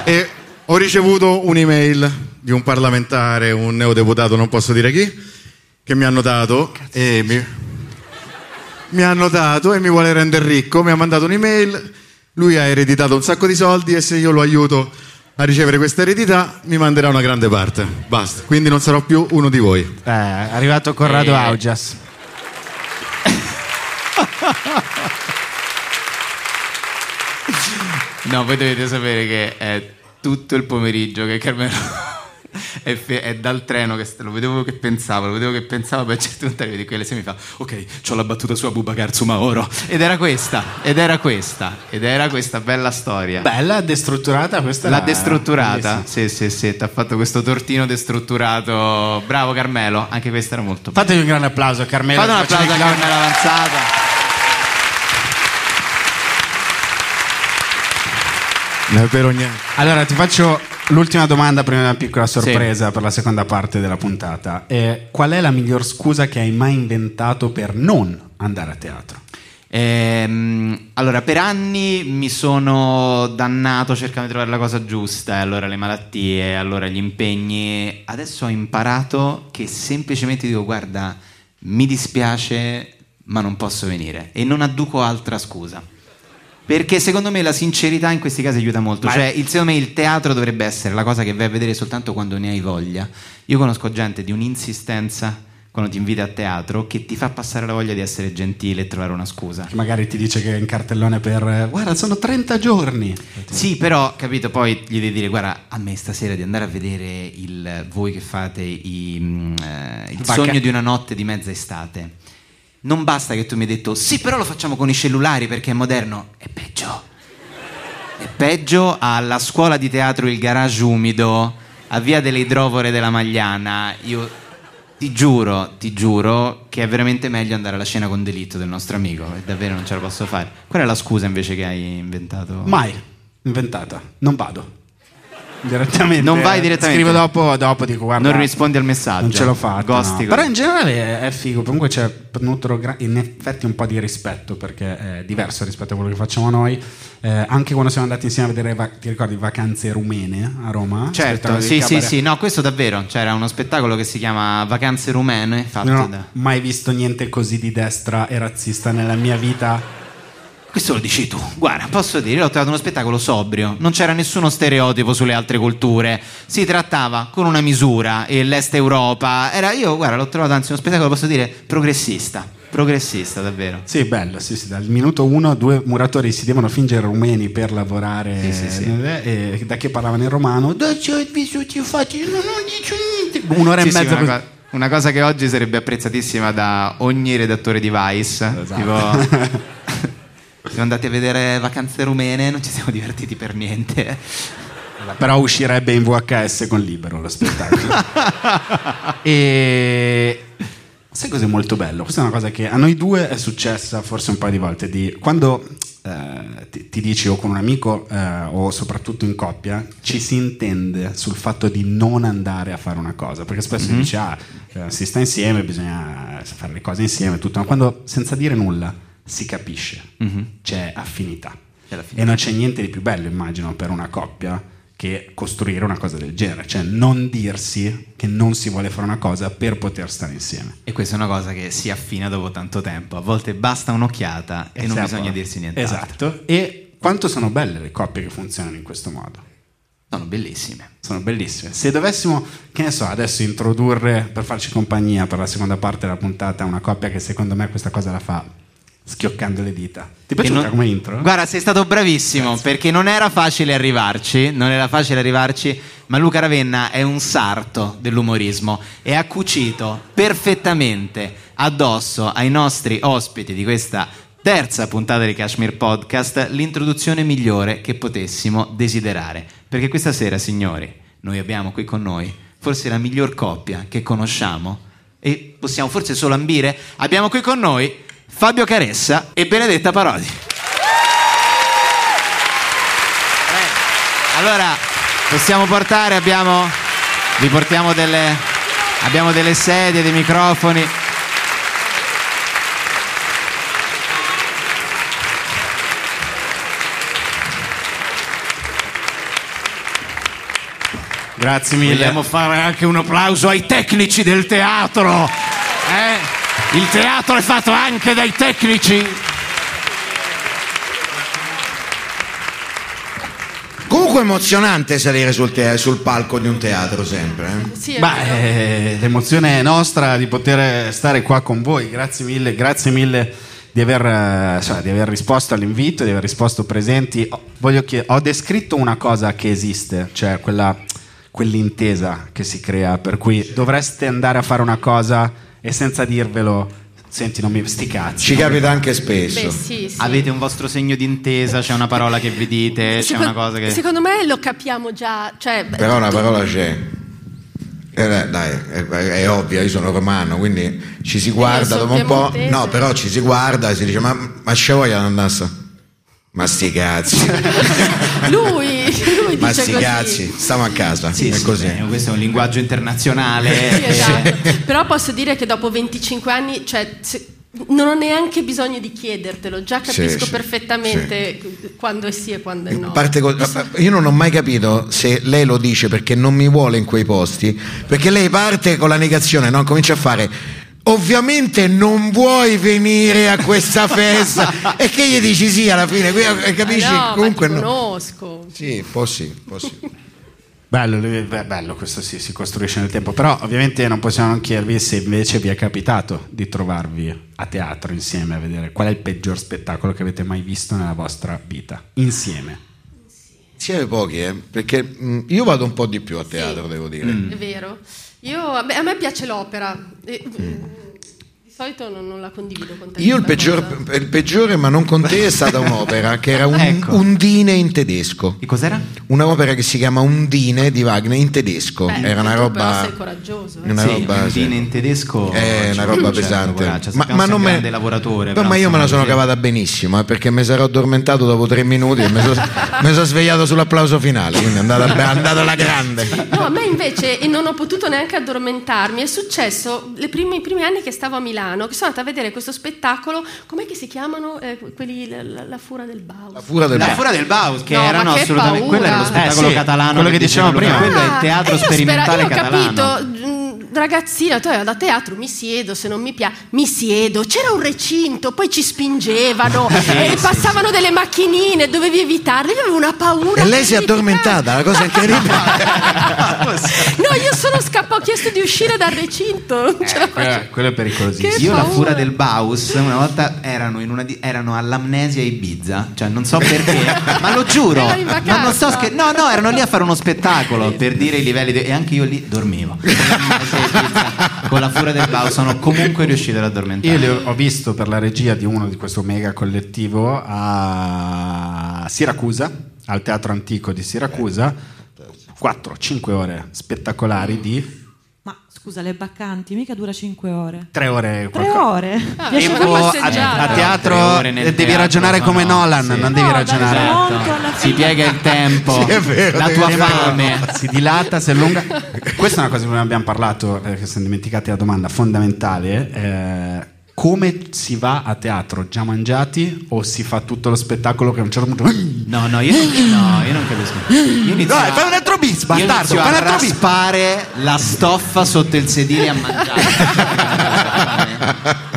e ho ricevuto un'email di un parlamentare, un neodeputato, non posso dire chi, che mi ha notato e mi, mi ha notato e mi vuole rendere ricco. Mi ha mandato un'email, lui ha ereditato un sacco di soldi e se io lo aiuto a ricevere questa eredità mi manderà una grande parte. Basta, quindi non sarò più uno di voi. Eh, è arrivato Corrado Eh. Augias. No, voi dovete sapere che è tutto il pomeriggio che Carmelo [laughs] è, fe- è dal treno che st- lo vedevo che pensavo, lo vedevo che pensavo per certo un taglio di quelle se mi fa ok, c'ho la battuta su Abubacar Sumaoro ed era questa, ed era questa, ed era questa bella storia. Bella, destrutturata questa. L'ha era- destrutturata, sì bellissima. sì sì, ti ha fatto questo tortino destrutturato, bravo Carmelo, anche questa era molto bella. Fatevi un grande applauso, Carmelo. Fate un che faceva applauso a il clown. Carmelo Avanzata. Non è vero niente. Allora, ti faccio l'ultima domanda prima di una piccola sorpresa per la seconda parte della puntata. Eh, qual è la miglior scusa che hai mai inventato per non andare a teatro? Ehm, allora, per anni mi sono dannato cercando di trovare la cosa giusta, e allora le malattie, allora gli impegni. Adesso ho imparato che semplicemente dico, guarda, mi dispiace, ma non posso venire. E non adduco altra scusa. Perché secondo me la sincerità in questi casi aiuta molto. Ma- Cioè, il, secondo me il teatro dovrebbe essere la cosa che vai a vedere soltanto quando ne hai voglia. Io conosco gente di un'insistenza quando ti invita a teatro che ti fa passare la voglia di essere gentile e trovare una scusa. Che magari ti dice che è in cartellone per eh, guarda, sono 30 giorni. Sì, però, capito, poi gli devi dire, guarda, a me stasera di andare a vedere il, voi che fate i, mm, eh, il Vaca- sogno di una notte di mezza estate. Non basta che tu mi hai detto, sì, però lo facciamo con i cellulari perché è moderno. È peggio. È peggio alla scuola di teatro Il Garage Umido, a Via delle Idrovore della Magliana. Io ti giuro, ti giuro che è veramente meglio andare alla cena con delitto del nostro amico. E davvero non ce la posso fare. Qual è la scusa invece che hai inventato? Mai inventata, non vado. Direttamente. Non vai direttamente. Scrivo dopo, dopo dico guarda. Non rispondi al messaggio. Non ce l'ho fatta. Ghosti no. così. Però in generale è- è figo. Comunque c'è nutro gra- in effetti un po' di rispetto perché è diverso rispetto a quello che facciamo noi. Eh, anche quando siamo andati insieme a vedere, va- ti ricordi, vacanze rumene a Roma? Certo, Spettacolo di sì, sì, cabaret. sì, no, questo davvero. C'era uno spettacolo che si chiama Vacanze rumene, fatto Non da- ho mai visto niente così di destra e razzista nella mia vita. Questo lo dici tu. Guarda, posso dire, io ho trovato uno spettacolo sobrio, non c'era nessuno stereotipo sulle altre culture, si trattava con una misura e l'Est Europa era io, guarda, l'ho trovato anzi uno spettacolo, posso dire, progressista, progressista davvero. Sì, bello, sì, sì, dal minuto uno due muratori si devono fingere rumeni per lavorare Sì, sì, sì. eh, e da che parlavano in romano "Dacci ho vissuto, io faccio, io non dico niente". un'ora e Sì, sì, mezza una, così. co- una cosa che oggi sarebbe apprezzatissima da ogni redattore di Vice. Tipo, siamo andati a vedere vacanze rumene, non ci siamo divertiti per niente. però uscirebbe in VHS con Libero lo spettacolo e sai cos'è molto bello? questa è una cosa che a noi due è successa forse un paio di volte di quando eh, ti, ti dici o con un amico eh, o soprattutto in coppia ci si intende sul fatto di non andare a fare una cosa perché spesso si Mhm. dice ah eh, si sta insieme bisogna fare le cose insieme tutto ma quando senza dire nulla si capisce Mhm. c'è affinità e non c'è niente di più bello, immagino, per una coppia che costruire una cosa del genere, cioè non dirsi che non si vuole fare una cosa per poter stare insieme. E questa è una cosa che si affina dopo tanto tempo. A volte basta un'occhiata e non Esatto. bisogna dirsi nient'altro. Esatto. E quanto sono belle le coppie che funzionano in questo modo? Sono bellissime. Sono bellissime. Se dovessimo, che ne so, adesso introdurre per farci compagnia per la seconda parte della puntata una coppia che secondo me questa cosa la fa schioccando le dita. Ti è Che piaciuta non- come intro? Guarda, sei stato bravissimo perché non era facile arrivarci, non era facile arrivarci, ma Luca Ravenna è un sarto dell'umorismo e ha cucito perfettamente addosso ai nostri ospiti di questa terza puntata di Kashmir Podcast l'introduzione migliore che potessimo desiderare. Perché questa sera, signori, noi abbiamo qui con noi forse la miglior coppia che conosciamo e possiamo forse solo ambire. Abbiamo qui con noi Fabio Caressa e Benedetta Parodi. Allora, possiamo portare, abbiamo, vi portiamo delle, abbiamo delle sedie, dei microfoni. Grazie mille. Vogliamo fare anche un applauso ai tecnici del teatro. eh? Il teatro è fatto anche dai tecnici. Comunque è emozionante salire sul, te- sul palco di un teatro sempre. eh. Beh, eh, l'emozione è nostra di poter stare qua con voi. Grazie mille, grazie mille di aver, eh, insomma, di aver risposto all'invito, di aver risposto presenti. Ho, voglio chied- ho descritto una cosa che esiste, cioè quella- quell'intesa che si crea, per cui dovreste andare a fare una cosa e senza dirvelo, senti, non mi sti cazzi. Ci capita anche spesso. Beh, sì, sì. Avete un vostro segno d'intesa, c'è una parola che vi dite, c'è Secondo- una cosa che... Secondo me lo capiamo già. Cioè, Però [laughs] una parola c'è. Eh, beh, dai, è, è ovvio, io sono romano, quindi ci si guarda io sono dopo un po'. piemontese. No, però ci si guarda e si dice: Ma, ma c'è voglia di andarsene? Ma sti [laughs] cazzi, lui, lui ma dice sti così. cazzi, stiamo a casa. è così. eh, questo è un linguaggio internazionale. eh, [laughs] Sì, esatto. Però posso dire che dopo 25 anni, cioè, se- non ho neanche bisogno di chiedertelo, già Sì, capisco sì, perfettamente quando è sì e quando è no. Parte co- io non ho mai capito se lei lo dice perché non mi vuole in quei posti, perché lei parte con la negazione, no? comincia a fare. ovviamente non vuoi venire a questa festa e che gli dici sì alla fine, qui, eh, capisci? Eh no, ma Comunque ti no. conosco. Sì, un po' sì, un po' sì. Bello, lui- beh, bello, questo sì, si costruisce nel tempo, però ovviamente non possiamo non chiedervi se invece vi è capitato di trovarvi a teatro insieme a vedere qual è il peggior spettacolo che avete mai visto nella vostra vita, insieme. Siete pochi, eh? perché mh, io vado un po' di più a teatro, devo dire. È vero. Io, a me- a me piace l'opera. E- Mm. Di solito non, non la condivido con te. Io il questa peggiore, cosa. il peggiore, ma non con te, è stata un'opera che era un, Ecco. Undine in tedesco. E cos'era? Un'opera che si chiama Undine di Wagner in tedesco. Beh, era una tu però roba. sei coraggioso. eh. Una Sì, roba, Undine sì. in tedesco è ci una conosce, roba la pesante. poveraccia, sappiamo sia un grande lavoratore, no, però ma io me la insomma, sono sì. cavata benissimo eh, perché mi sarò addormentato dopo tre minuti e mi [laughs] sono svegliato sull'applauso finale. Quindi è andata, è andata alla grande. No, a me invece, e non ho potuto neanche addormentarmi, è successo le prime- i primi anni che stavo a Milano, che sono andata a vedere questo spettacolo, com'è che si chiamano eh, quelli, la, la- la fura del Bau? La fura del la Bau. fura del Bau, che No, ma erano che assolutamente. paura. Quello era lo Eh, spettacolo sì, catalano. quello che diceva dicevamo Luca, prima. Quello è il teatro E io spera- sperimentale io ho catalano. capito, mh, ragazzina, tu ero da teatro, mi siedo, se non mi piace, mi siedo, c'era un recinto, poi [laughs] ci spingevano, e passavano delle macchinine, dovevi evitarle, io avevo una paura. E lei si è addormentata, la cosa incredibile. No, io sono scappata, ho chiesto di uscire dal recinto, non ce la Eh, facevo. quello è pericolosissimo. Che Io la paura. fura del Baus una volta erano, in una di- erano all'amnesia Ibiza, cioè non so perché, ma lo giuro, Erano in ma vacanza. non so scher- no, no, erano lì a fare uno spettacolo per dire i livelli de- e anche io lì [laughs] dormivo. Con l'amnesia Ibiza, con la fura del Baus sono comunque riuscito ad addormentare. Io le ho ho visto per la regia di uno di questo mega collettivo a Siracusa, al Teatro Antico di Eh, Siracusa, certo. 4-5 ore spettacolari di Ma scusa, le baccanti mica dura 5 ore. 3 ore e Tre qualcosa. ore? Ah, Riesci a tipo fare a- passeggiate? a teatro Esatto. Tre ore nel devi teatro ragionare sono- come Nolan, sì. non devi No, dai, ragionare. esatto. Monto alla Si piega il [laughs] tempo, Sì, è vero, la devi tua dire- fame. si dilata, si allunga. Questa è una cosa di cui non abbiamo parlato, eh, che siamo dimenticati la domanda fondamentale. eh, come si va a teatro? Già mangiati o si fa tutto lo spettacolo che a un certo punto... No, no, io non, no, io non capisco. Io inizio Dai, a- fai un altro bis, io bastardo, inizio fai un a altro bis. raspare la stoffa sotto il sedile e a mangiare.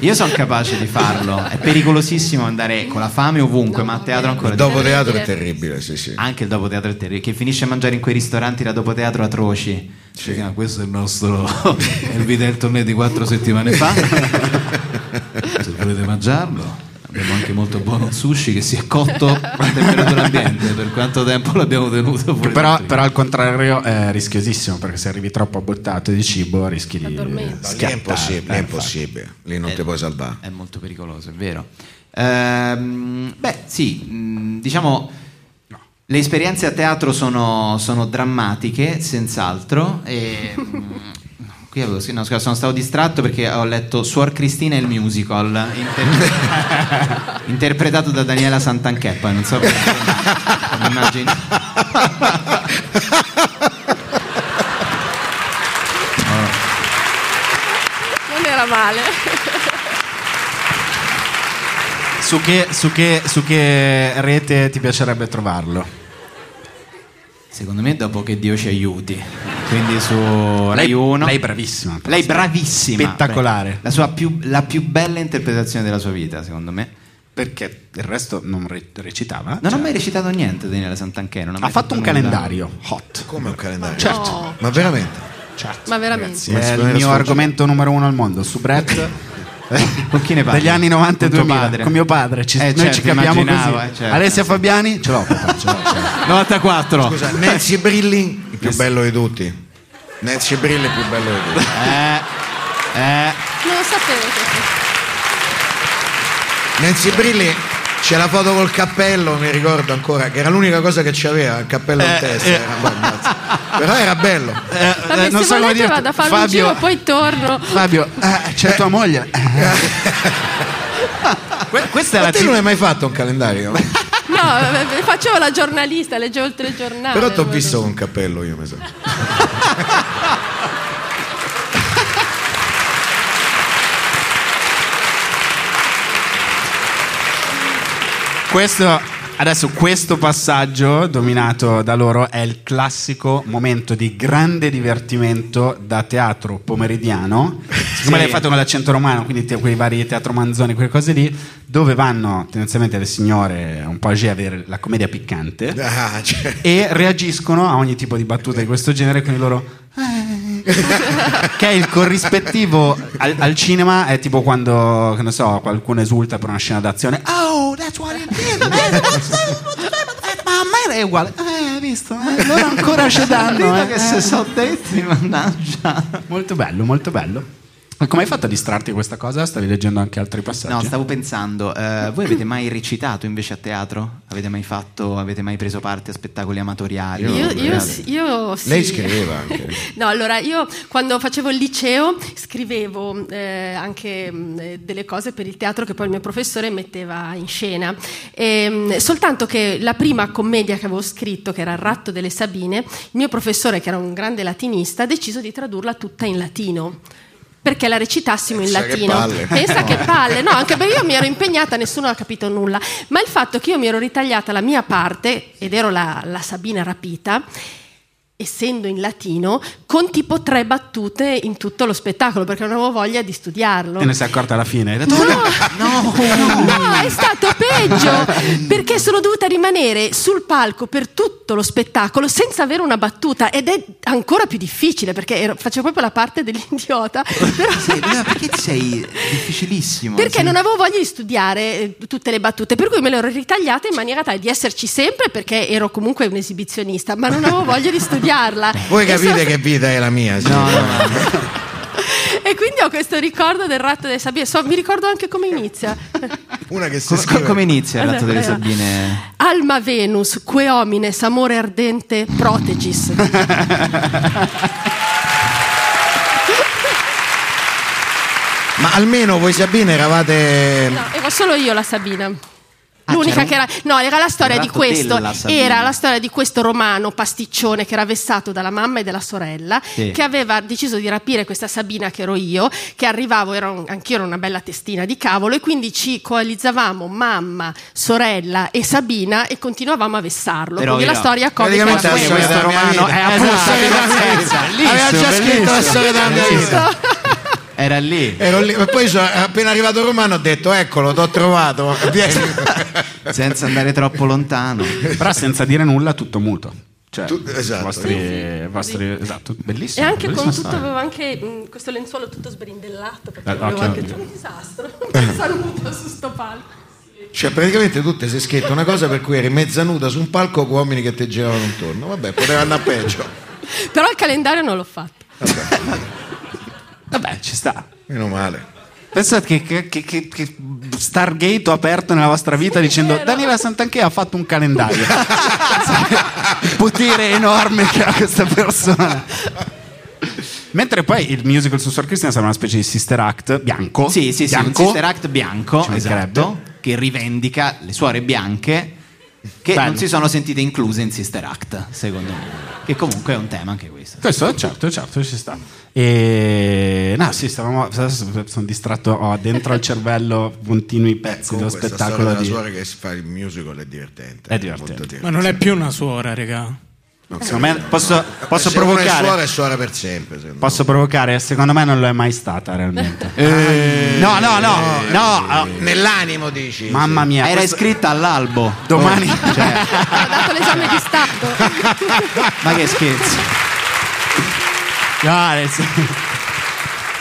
Io sono capace di farlo. È pericolosissimo andare con la fame ovunque, ma a teatro ancora di più. Dopo teatro è terribile, sì, sì. Anche il dopoteatro è terribile, che finisce a mangiare in quei ristoranti da dopoteatro atroci. Sì. Ah, questo è il nostro [laughs] è il video del torneo di quattro settimane fa. Se volete mangiarlo, abbiamo anche molto buono il sushi che si è cotto a temperatura ambiente. Per quanto tempo l'abbiamo tenuto fuori? Però, però al contrario è rischiosissimo perché se arrivi troppo abbottato di cibo rischi di Addormenti. Lì è schiattare. impossibile, è Eh, impossibile. Lì non ti puoi salvare. Eh, È molto pericoloso, è vero. Ehm, beh, sì, mh, diciamo le esperienze a teatro sono, sono drammatiche, senz'altro. E, mh, qui avevo scritto- no, scusa, sono stato distratto perché ho letto Suor Cristina e il musical, inter- [laughs] interpretato da Daniela Santanchè. Poi non so perché. non immagino. Non era [laughs] male. infatti. Su che, su che- su che rete ti piacerebbe trovarlo? Secondo me, dopo che Dio ci aiuti, quindi su Rai 1. lei è bravissima. però. Lei bravissima. Spettacolare. La, sua più, la più bella interpretazione della sua vita, secondo me. Perché il resto non re- recitava. Non cioè, ha mai recitato niente Daniela Santanchè. non ha mai fatto un nulla. calendario hot. Come un calendario? Certo. No. Ma veramente? Certo, Ma veramente? ragazzi, è il mio argomento numero uno al mondo su Brett [laughs] Con chi ne parli? degli anni 90 e Con tuo 2000 padre. con mio padre ci, Eh, noi certo, ci capiamo così immaginavo, eh, certo. Alessia Fabiani ce l'ho papà, ce l'ho, ce l'ho. [laughs] 94. Scusa, Nancy Brilli, il più bello di tutti. Nancy Brilli, il più bello di tutti. Eh, eh, Non lo sapevo. questo. Nancy Brilli c'è la foto col cappello, mi ricordo ancora, che era l'unica cosa che c'aveva, il cappello Eh, in testa. era un po' ammazzato. Però era bello. Vabbè, se volete dirti. vado a fare un Fabio, giro, poi torno. Fabio eh, c'è [laughs] tua moglie que- questa è Ma la te non hai mai fatto un calendario? No, eh, facevo la giornalista, leggevo il telegiornale. Però ti ho non [laughs] visto vedo. con cappello io, mi sa. questo Adesso questo passaggio dominato da loro è il classico momento di grande divertimento da teatro pomeridiano, siccome Sì. l'hai fatto con l'accento romano, quindi te- quei vari teatro manzoni, quelle cose lì, dove vanno tendenzialmente le signore un po' agi a vedere la commedia piccante Ah, cioè, e reagiscono a ogni tipo di battuta di questo genere, quindi loro Eh, che è il corrispettivo al, al cinema è tipo quando che ne so, qualcuno esulta per una scena d'azione "Ah, Oh, that's what it is. man. [laughs] That's- Ma a me è uguale. Eh, hai visto? Eh, loro ancora ci danno. Dite eh. che se so detti, mannaggia. Molto bello, molto bello. Ma come hai fatto a distrarti di questa cosa? Stavi leggendo anche altri passaggi? No, stavo pensando, eh, voi avete mai recitato invece a teatro? Avete mai fatto, avete mai preso parte a spettacoli amatoriali? Io- io sì- io sì. Lei scriveva anche. [laughs] No, allora io quando facevo il liceo scrivevo eh, anche mh, eh, delle cose per il teatro che poi il mio professore metteva in scena. Ehm, soltanto che la prima commedia che avevo scritto, che era Il ratto delle Sabine, il mio professore, che era un grande latinista, ha deciso di tradurla tutta in latino. Perché la recitassimo in Pensa che latino. palle. Pensa [laughs] che palle, no, anche perché io mi ero impegnata, nessuno ha capito nulla. Ma il fatto che io mi ero ritagliata la mia parte, ed ero la- la Sabina rapita, essendo in latino, con tipo tre battute in tutto lo spettacolo, perché non avevo voglia di studiarlo. Te ne sei accorta alla fine? Hai detto, No, è stato peggio perché sono dovuta rimanere sul palco per tutto lo spettacolo senza avere una battuta ed è ancora più difficile perché ero- facevo proprio la parte dell'idiota perché sei difficilissimo? perché non avevo voglia di studiare eh, tutte le battute, per cui me le ero ritagliate in maniera tale di esserci sempre perché ero comunque un esibizionista, ma non avevo voglia di studiarla. Voi E capite so- che vita è la mia? sì. [laughs] E quindi ho questo ricordo del ratto delle sabine. So- mi ricordo anche come inizia. Una che si Come, scrive. come inizia il lato delle Allora, Sabine? Alma Venus, que homines, amore ardente, protegis. Ma almeno voi Sabine eravate... No, ero solo io la Sabina. L'unica c'era che era. No, era la storia Il di ratto questo. della Sabina. Era la storia di questo romano pasticcione che era vessato dalla mamma e dalla sorella, Sì. che aveva deciso di rapire questa Sabina che ero io, che arrivavo, ero un- anch'io ero una bella testina di cavolo, e quindi ci coalizzavamo mamma, sorella e Sabina e continuavamo a vessarlo. Però quindi la io- storia comica Praticamente era la storia questa. della mia vita. Eh, Questo romano è appunto Esatto, la mia vita. esatto. Bellissimo, Aveva già scritto la bellissimo. storia della mia vita. Era lì. Ero lì, e poi so- appena arrivato Romano ho detto eccolo, t'ho trovato. Vieni. Senza andare troppo lontano. Però senza dire nulla, tutto muto. Cioè, Tu- esatto. i vostri, i vostri- esatto, E bellissimo. anche con bellissima tutto, storia. avevo anche mh, questo lenzuolo tutto sbrindellato, perché Eh, avevo occhio. anche un disastro. [laughs] Mi saluto su sto palco. Cioè, praticamente tu ti sei scritto una cosa per cui eri mezza nuda su un palco con uomini che ti giravano intorno. Vabbè, poteva andare [laughs] peggio. Però il calendario non l'ho fatto. Vabbè, ci sta. Meno male. Pensate che, che, che, che- che Stargate ho aperto nella vostra vita dicendo Daniela Santanchè ha fatto un calendario. [laughs] Potere enorme che ha questa persona. Mentre poi il musical su Sor Cristina sarà una specie di sister act bianco. Sì, sì, sì, un bianco. sister act bianco, Ci mancherebbe. esatto, che rivendica le suore bianche che Bello. non si sono sentite incluse in sister act, secondo me. Che comunque è un tema [laughs] anche questo. Questo, certo, certo, ci sta. E no, sì, stavamo. Sono distratto. Ho dentro al cervello continui pezzi dello Questa storia spettacolo. della Di... suora che si fa il musical è divertente. È divertente. Ma non è più una suora, raga. Secondo me posso, posso Se uno è suora provocare. è suora per sempre. secondo me. Posso provocare? Secondo me non lo è mai stata realmente. Eh. no, no, no, no. ah, Nell'animo dici. Mamma mia. Era iscritta all'albo. Domani. Cioè, [laughs] Ho dato l'esame di [laughs] Stato. [laughs] Ma che scherzo. No, adesso-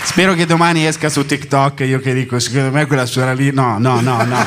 Spero che domani esca su TikTok. Io che dico, secondo me quella suora lì. No, no, no, no.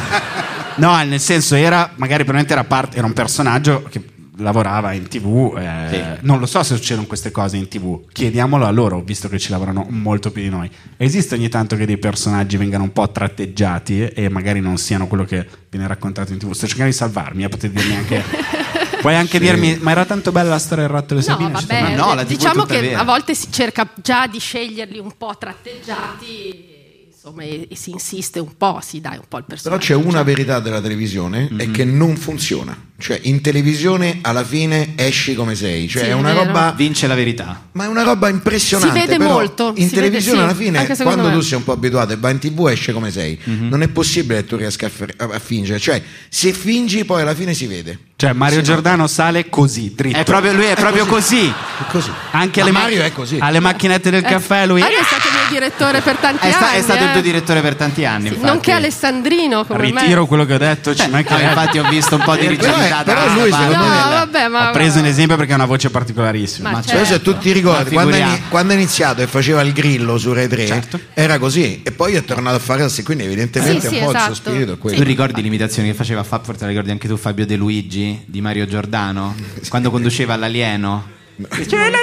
No, nel senso era, magari probabilmente era parte, era un personaggio che lavorava in tv. eh, Non lo so se succedono queste cose in tv. Chiediamolo a loro, visto che ci lavorano molto più di noi. Esiste ogni tanto che dei personaggi vengano un po' tratteggiati e magari non siano quello che viene raccontato in tv. Sto cercando di salvarmi, eh, potete [laughs] dirmi anche. Puoi anche dirmi, ma era tanto bella la storia del ratto delle No, Diciamo Sabine? vabbè, Ma diciamo che a volte si cerca già di sceglierli un po' tratteggiati. insomma, e, e si insiste un po', si dà un po' il Però personaggio. c'è una verità della televisione Mhm. è che non funziona. Cioè, in televisione alla fine esci come sei. Cioè, Sì, è è una vero. roba. Vince la verità. Ma è una roba impressionante. Si vede però molto, si In vede, televisione, sì, alla fine, anche secondo quando me. tu sei un po' abituato e vai in tv, esce come sei. Mhm. Non è possibile che tu riesca a, fer- a fingere. Cioè, se fingi, poi alla fine si vede. Cioè, Mario Giordano sale così, dritto. È proprio- lui è proprio così. È così. Anche Ma alle, Mario è così. alle macchinette del Eh, caffè lui... Mario è stato il mio direttore per tanti È, sta- anni. è stato il tuo eh. direttore per tanti anni. Sì, infatti. nonché Alessandrino come Ritiro quello che ho detto, ci No, mancherebbe. infatti ho visto un po' Eh, di Eh, Però è- rigidità. da però questa lui, parte. me. No, secondo me- vabbè, ma Ho preso un esempio perché ha una voce particolarissima. Ma certo. Cioè, se tu ti ricordi, Ma quando, figuriamo. Certo. ini- quando è iniziato e faceva il grillo su Rai 3, era così, e poi è tornato a fare così, quindi evidentemente Sì, un sì, po' esatto. il suo spirito è quello. Tu ricordi l'imitazione che faceva, Fa- forse la ricordi anche tu Fabio De Luigi di Mario [laughs] Giordano quando conduceva l'alieno? C'è l'alieno, l'alieno!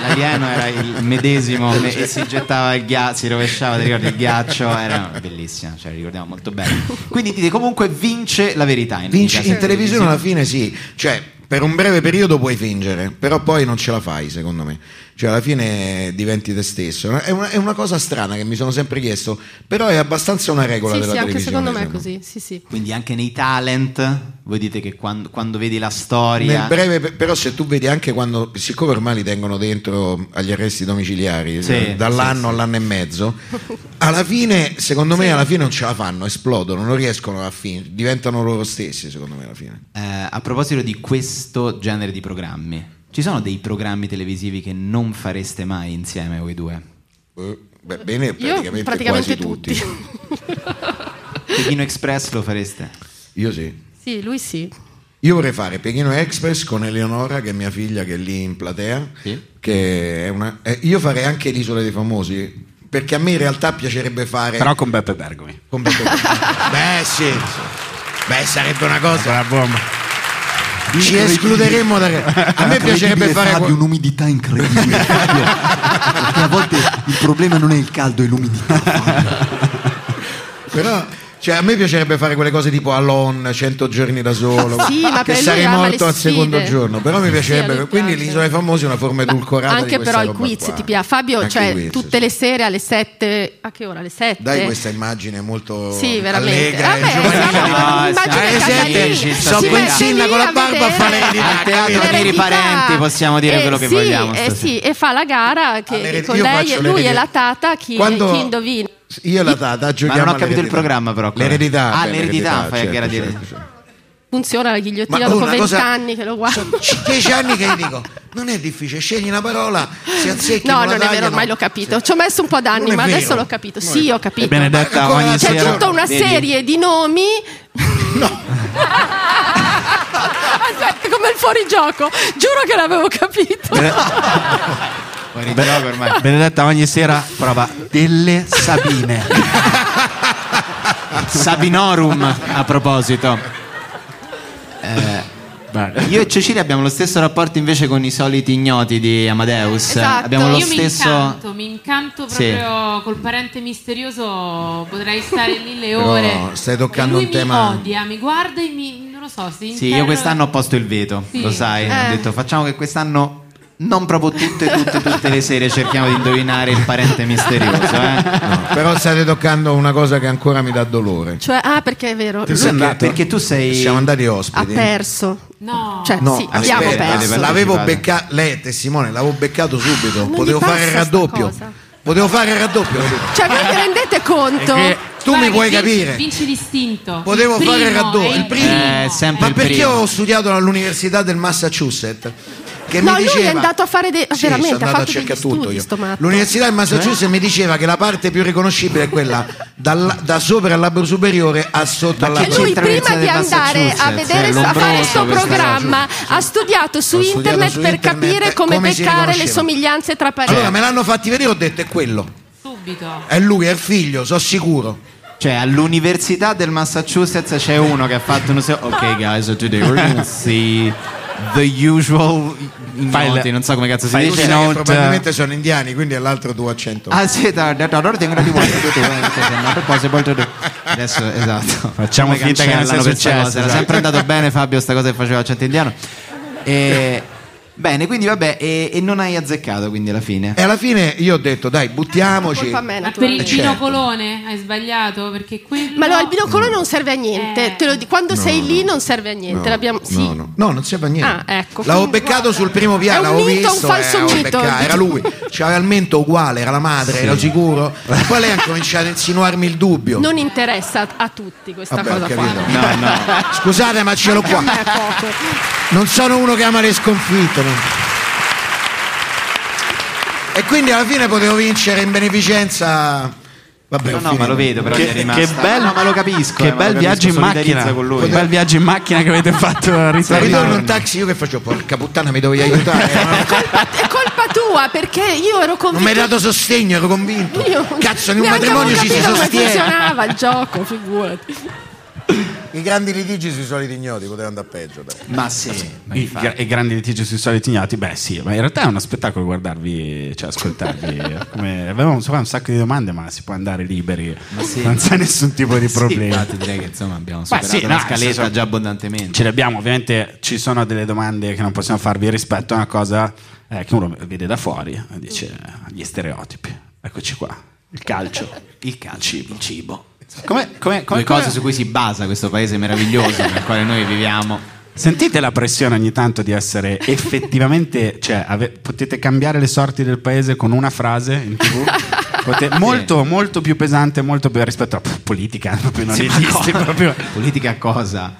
l'alieno era il medesimo me- e si gettava il ghiaccio, si rovesciava, ti ricordi il ghiaccio? Era bellissima, cioè la ricordiamo molto bene. Quindi dite comunque vince la verità. ogni Vinci caso. in televisione alla fine sì, cioè per un breve periodo puoi fingere, però poi non ce la fai secondo me, cioè alla fine diventi te stesso. È una, è una cosa strana che mi sono sempre chiesto, però è abbastanza una regola Sì, della sì, anche televisione. secondo me è così. Sì, sì. Quindi anche nei talent, voi dite che quando, quando vedi la storia... Nel breve, pe- però se tu vedi anche quando, siccome ormai li tengono dentro agli arresti domiciliari, Sì, eh, dall'anno sì, sì. all'anno e mezzo, alla fine, secondo me, alla fine non ce la fanno, esplodono, non riescono a fingere, diventano loro stessi, secondo me, alla fine. Eh, a proposito di questo genere di programmi, ci sono dei programmi televisivi che non fareste mai insieme voi due? Eh, beh, bene, praticamente, Io quasi praticamente tutti. tutti. Pechino Express lo fareste? Io sì. sì, lui sì. Io vorrei fare Pechino Express con Eleonora, che è mia figlia, che è lì in platea. Che è una, eh, io farei anche l'Isola dei Famosi, perché a me in realtà piacerebbe fare... Però con Beppe Bergomi. Con Beppe [laughs] Beh, sì. Beh, sarebbe una cosa. Ci escluderemmo da. A me piacerebbe fare. que- un'umidità incredibile. Fabio. Perché a volte il problema non è il caldo, è l'umidità. [laughs] Però. Cioè, a me piacerebbe fare quelle cose tipo Alon, 100 giorni da solo, Sì, ma che per lui sarei ama le morto al sfide. secondo giorno. Però mi Sì, piacerebbe. a lui quindi piace. l'Isola dei Famosi è una forma edulcorata Anche di questa però i roba quiz qua. ti piace. Fabio, Anche i cioè quiz, tutte le sere alle 7, a che ora? Alle 7? Dai questa immagine molto Sì, veramente. allegra e Vabbè, giovanile. siamo- No, immagino siamo- che Catalini Sì, si sono mette quel lì sindaco a con la barba a vedere- fare l'eredità. Al teatro dei L'eredità. parenti possiamo dire Eh, quello che sì, vogliamo eh stasera. sì, e fa la gara che All'eredità- con Ah, io lei, faccio lui e l'eredità. la tata chi, Quando- chi indovina. Io e la tata giochiamo non ho capito il all'eredità. programma, però, ancora. L'eredità. Ah, beh, l'eredità, fai a certo, gara di certo, eredità. certo. Funziona la ghigliottina Ma, oh, dopo una cosa- vent'anni che lo guardo. dieci anni che gli dico non è difficile scegli una parola se azzecchi No, non la non è vero, tagliano. ormai l'ho capito. Ci ho messo un po' Non d'anni, è ma vero. adesso l'ho capito. Sì, ho capito. Ecco, Benedetta, ogni C'è sera- tutta una Vedi? serie [laughs] di nomi. Aspetta, come il fuorigioco. Giuro che l'avevo capito. Eh. Fuori gioco ormai. Benedetta ogni sera prova delle Sabine. Sabinorum a proposito. Eh, io e Cecilia abbiamo lo stesso rapporto invece con i soliti ignoti di Amadeus. Eh, Esatto, Abbiamo lo io stesso. mi incanto, mi incanto Sì. proprio col parente misterioso, potrei stare lì le Però ore. stai toccando E lui un tema- Mi odia, mi guarda e mi non lo so, si Sì, io interroga- quest'anno ho posto il veto, Sì. lo sai. Eh. Ho detto facciamo che quest'anno non proprio tutte, tutte, tutte le sere cerchiamo di indovinare il parente misterioso. Eh? No, però state toccando una cosa che ancora mi dà dolore Cioè, ah, perché è vero. Ti lui sei andato? perché tu sei siamo andati ha ospiti perso. No. Cioè, No, sì, abbiamo aspetta, perso. l'avevo beccato lei è testimone l'avevo beccato subito mi potevo passa fare il sta raddoppio cosa. potevo fare il raddoppio Cioè, voi vi rendete conto? Perché tu mi Guarda che puoi vinci- capire Vinci l'istinto. Potevo Il fare il primo, raddoppio, eh. il primo. Eh, sempre Ma il perché primo. ho studiato all'università del Massachusetts? Che No, mi lui diceva, è andato a fare dei- Sì, veramente, sono ha andato fatto a cercare degli tutto studi, io. sto matto. Eh? L'università del Massachusetts mi diceva che la parte più riconoscibile è quella dal- da sopera al labbro superiore a sotto al Che labbro Cioè, lui inferiore. prima di andare a vedere a fare questo programma ha studiato su Ho studiato internet su per internet capire come, come si beccare le riconosceva. somiglianze tra parenti. Allora me l'hanno fatti vedere, ho detto è quello. Subito. È lui, è il figlio, sono sicuro. Cioè, all'università del Massachusetts c'è uno che ha fatto uno se- Ok, guys, so today we're gonna see the usual ignoti, non so come cazzo si Fai- tu dice. sai che probabilmente sono indiani, quindi è l'altro tuo accento. Ah sì, da, da, da, allora tengo una di [laughs] vuoi, tutti, eh, perché non è possible to do. Adesso, [laughs] esatto. Facciamo Come finta che non cancellano sia questa [laughs] successo, cosa. Era esatto. [laughs] sempre andato bene Fabio sta cosa che faceva l'accento indiano. E Bene, quindi vabbè, e, e non hai azzeccato quindi alla fine. E alla fine io ho detto, dai, buttiamoci. Colpa a me, Ma per il naturalmente. binocolone hai sbagliato perché quello Ma no, il binocolone non serve a niente. Te lo dico, quando Mm. No, sei no. lì non serve a niente. No, L'abbiamo... no, Sì. no. No, non serve a niente. Ah, ecco. L'avevo Quindi, beccato sul primo È piano, un l'avevo mito, un visto, eh, falso l'avevo mito. beccato, era lui, c'aveva il mento uguale, era la madre, Sì. ero [laughs] sicuro. Poi lei ha cominciato a insinuarmi il dubbio. Non interessa a tutti questa Vabbè, ho cosa qua. capito. [laughs] Scusate, ma ce l'ho Anche a [laughs] qua. me è poco. Non sono uno che ama le sconfitte. non- E quindi alla fine potevo vincere in beneficenza. Vabbè, No, ho no, finito. ma lo vedo, però gli è rimasta. bello- No, ma lo capisco. che eh, ma bel lo viaggio in capisco, solidarizza macchina. Con lui. Potevo- Bel viaggio in macchina che avete fatto al Se ritorno ritorno. in taxi, io che faccio? Porca puttana, mi [laughs] dovevi aiutare. È colpa tua perché io ero convinto. Non mi hai dato sostegno, ero convinto. Io Cazzo, in un neanche matrimonio avevo ci si capito sostiene. come funzionava il gioco, figurati. I grandi litigi sui soliti ignoti potevano andare peggio. Dai. Ma sì. Eh, I, gra- i grandi litigi sui soliti ignoti, beh sì, ma in realtà è uno spettacolo guardarvi, [laughs] cioè ascoltarvi. Come, avevamo insomma, un sacco di domande, ma si può andare liberi, non c'è nessun tipo [laughs] di Sì, problema. infatti direi che insomma abbiamo Ma superato sì, no, la scaletta nel senso- già abbondantemente. Ce le abbiamo, ovviamente ci sono delle domande che non possiamo farvi rispetto a una cosa eh, che uno vede da fuori, e dice eh, gli stereotipi. Eccoci qua, il calcio, [laughs] il calcio, il cibo. Come, come, come- Due cose su cui si basa questo paese meraviglioso nel quale noi viviamo. Sentite la pressione ogni tanto di essere effettivamente, cioè ave- potete cambiare le sorti del paese con una frase in tv? Pote- molto, molto più pesante, molto più rispetto a pff, politica, [laughs] proprio non Sì, ma esiste cosa? proprio. Politica cosa?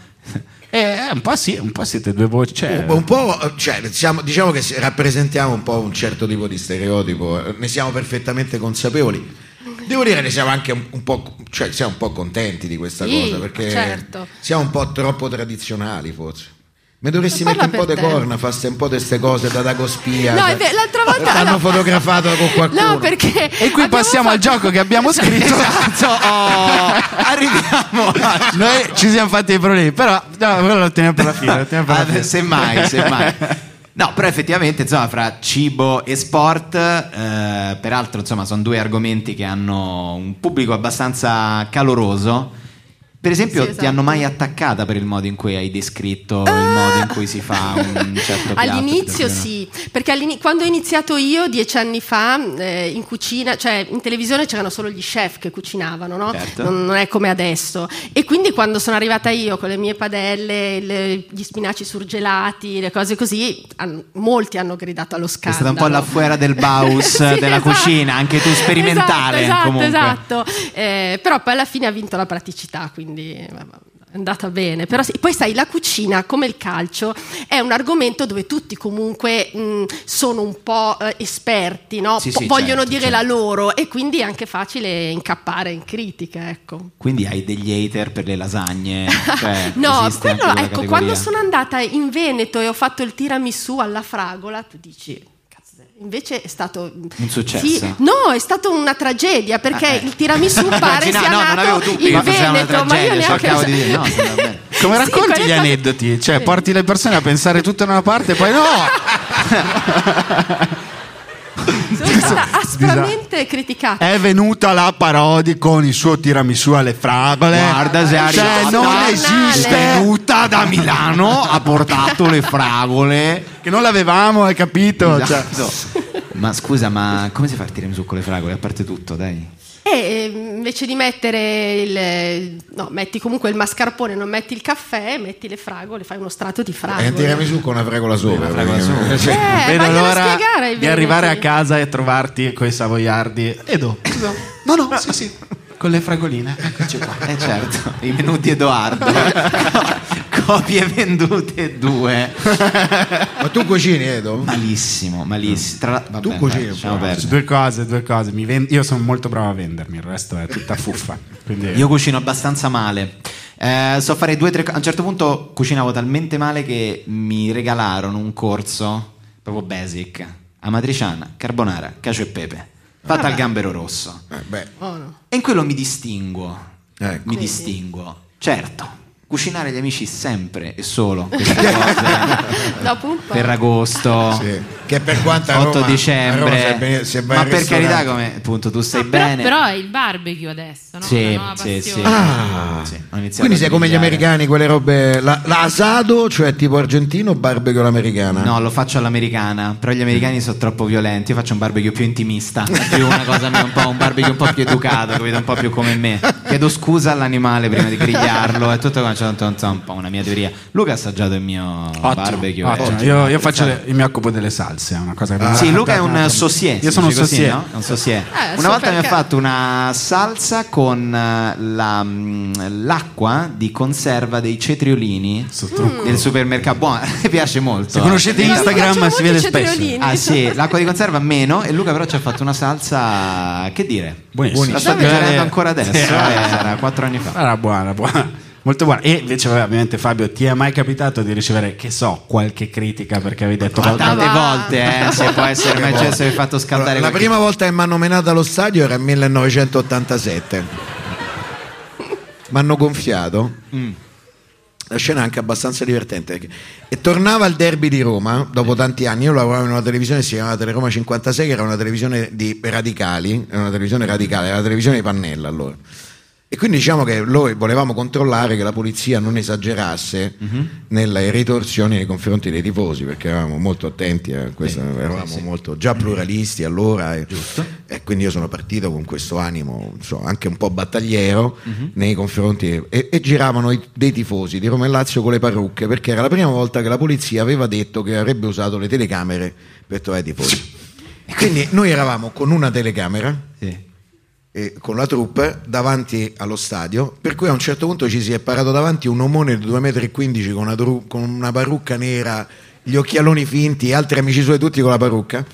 Eh, un po' sì, un po' siete due voci. Oh, Cioè, Un po'- un po', eh, cioè, siamo- diciamo che si- rappresentiamo un po' un certo tipo di stereotipo, eh, ne siamo perfettamente consapevoli. Devo dire ne siamo anche un, un po', cioè, siamo un po' contenti di questa Sì, cosa, perché certo. siamo un po' troppo tradizionali forse. Mi dovresti Ma mettere parla un po' di per te. corna, faste un po' di queste cose da Dagospia. No, è che ve- l'altra volta L'hanno allora- fotografato con qualcuno. No, perché E qui passiamo al gioco che abbiamo scritto. Esatto. [laughs] arriviamo. Noi ci siamo fatti i problemi, però no, quello lo teniamo per la fine. lo teniamo per la Ah, fine. semmai, semmai. No, però effettivamente, insomma, fra cibo e sport, eh, peraltro, insomma, sono due argomenti che hanno un pubblico abbastanza caloroso. Per esempio, Sì, esatto. Ah! ti hanno mai attaccata per il modo in cui hai descritto il modo in cui si fa un [laughs] certo piatto? piuttosto All'inizio che sì, perché all'ini- quando ho iniziato io dieci anni fa eh, in cucina, cioè in televisione c'erano solo gli chef che cucinavano, no? Certo. non, non è come adesso. E quindi quando sono arrivata io con le mie padelle, le- gli spinaci surgelati, le cose così, hanno- molti hanno gridato allo no. È scandalo. stata un po' la fuera del Baus [laughs] Sì, della esatto. cucina, anche tu sperimentale. Esatto, esatto, comunque. esatto. Eh, però poi alla fine ha vinto la praticità, quindi eh, è andata bene. Però sì, poi sai, la cucina, come il calcio, è un argomento dove tutti comunque mh, sono un po' eh, esperti, no? Sì, Po- sì, vogliono certo, dire certo. la loro e quindi è anche facile incappare in critica, ecco. Quindi hai degli hater per le lasagne. Cioè, [laughs] esiste No, anche quello, quella ecco, categoria? quando sono andata in Veneto e ho fatto il tiramisù alla fragola, tu dici, "Cazzo, invece è stato Un successo. Sì, no, è stata una tragedia perché Ah, eh. il tiramisù [laughs] pare Immagina- sia no, non avevo nato dubbi in che fosse una Veneto, ma io tragedia, neanche cercavo di dire, no, sembra [laughs] bene. Come Sì, racconti quelle gli cose- aneddoti? Cioè, porti le persone a pensare tutto da una parte e [laughs] poi no! sono stata aspramente Eh. criticata. È venuta la Parodi con il suo tiramisù alle fragole. Guarda, se è Cioè, arrivata. non Giornale. esiste. Venuta da Milano, ha portato le fragole. Che non l'avevamo, hai capito? Esatto. Cioè. Ma scusa, ma come si fa il tiramisù con le fragole? A parte tutto, dai. E eh, invece di mettere il no, metti comunque il mascarpone, non metti il caffè, metti le fragole, fai uno strato Eh, di fragole. Eh, E tirami su con una fragola sopra. praticamente. Eh, vedo vaglielo a l'ora spiegare ai di arrivare a veneti. casa e trovarti coi savoiardi. Edo, no, no, sì, sì, con le fragoline, eccoci qua. Eh certo, [laughs] i minuti Edoardo. Copie vendute due. Ma tu cucini, Edo? Mm. Malissimo, malissimo. Tra la- vabbè, Tu cucini, dai, Eh, lasciamo Bravo, perdere. eh, due cose, due cose. Mi ven- io sono molto bravo a vendermi, il resto è tutta fuffa. Quindi... Io cucino abbastanza male. Eh, so fare due o tre co- A un certo punto cucinavo talmente male che mi regalarono un corso proprio basic: amatriciana, carbonara, cacio e pepe, fatta al gambero rosso. Eh, beh, Oh, no. E in quello mi distinguo. Ecco. Mi distinguo. Certo, Cucinare agli amici sempre e [laughs] solo. queste cose. Dopo un po'. Ferragosto, che per quanto a 8 Roma- a Roma se dicembre, be- se vai ma al per carità, ristorante- come appunto tu stai Però, bene. però è il barbecue adesso, no? Sì, Una nuova sì, sì. passione. Ah, Sì, ho iniziato quindi a sei come gli grigliare. americani, quelle robe. La, la asado, cioè tipo argentino, barbecue all'americana. No, lo faccio all'americana, però gli americani sono troppo violenti. Io faccio un barbecue più intimista, più una cosa mia, un, po', un barbecue un po' più educato, capito? Un po' più come me. Chiedo scusa all'animale prima di grigliarlo e tutto quanto. c'è un- un po' una mia teoria. Luca ha assaggiato il mio barbecue. eh. Ottimo. Io, io faccio le- io mi occupo delle salse, è una cosa che Ah, sì, Luca è un saucier. Io si sono un dice così, saucier. no? È un saucier. Eh, so una volta mi ha perché. fatto una salsa con eh, la, mm, l'acqua di conserva dei cetriolini del supermercato. Buona, [laughs] mi piace molto. Se conoscete Eh, Instagram, piacciono si molto vede i cetriolini. spesso. Ah sì, l'acqua di conserva meno e Luca però ci ha fatto una salsa, che dire? Buonissimo. La sto Davvero? mangiando ancora adesso, Sì. eh, [laughs] era quattro anni fa. Era buona, buona. Molto buona. E invece, vabbè, ovviamente, Fabio, ti è mai capitato di ricevere, che so, qualche critica perché avevi detto Ma tante qualcosa- volte, eh, se può essere mai cioè, se hai fatto scaldare La qualche- prima volta che mi hanno menato allo stadio era nel [laughs] 1987. mi hanno gonfiato. Mm, La scena è anche abbastanza divertente. perché- E tornava al derby di Roma dopo tanti anni. Io lavoravo in una televisione che si chiamava Teleroma 56, che era una televisione di radicali, era una televisione radicale, era la televisione di Pannella allora. E quindi diciamo che noi volevamo controllare che la polizia non esagerasse Mhm. nelle ritorsioni nei confronti dei tifosi, perché eravamo molto attenti a questo, eravamo molto già pluralisti allora. e- E quindi io sono partito con questo animo, insomma, anche un po' battagliero Mhm. mm-hmm. nei confronti e, e giravano i- dei tifosi di Roma e Lazio con le parrucche perché era la prima volta che la polizia aveva detto che avrebbe usato le telecamere per trovare i tifosi. E quindi noi eravamo con una telecamera e con la troupe davanti allo stadio, per cui a un certo punto ci si è parato davanti un omone di 2,15 m con una, tru- con una parrucca nera, gli occhialoni finti, altri amici suoi tutti con la parrucca.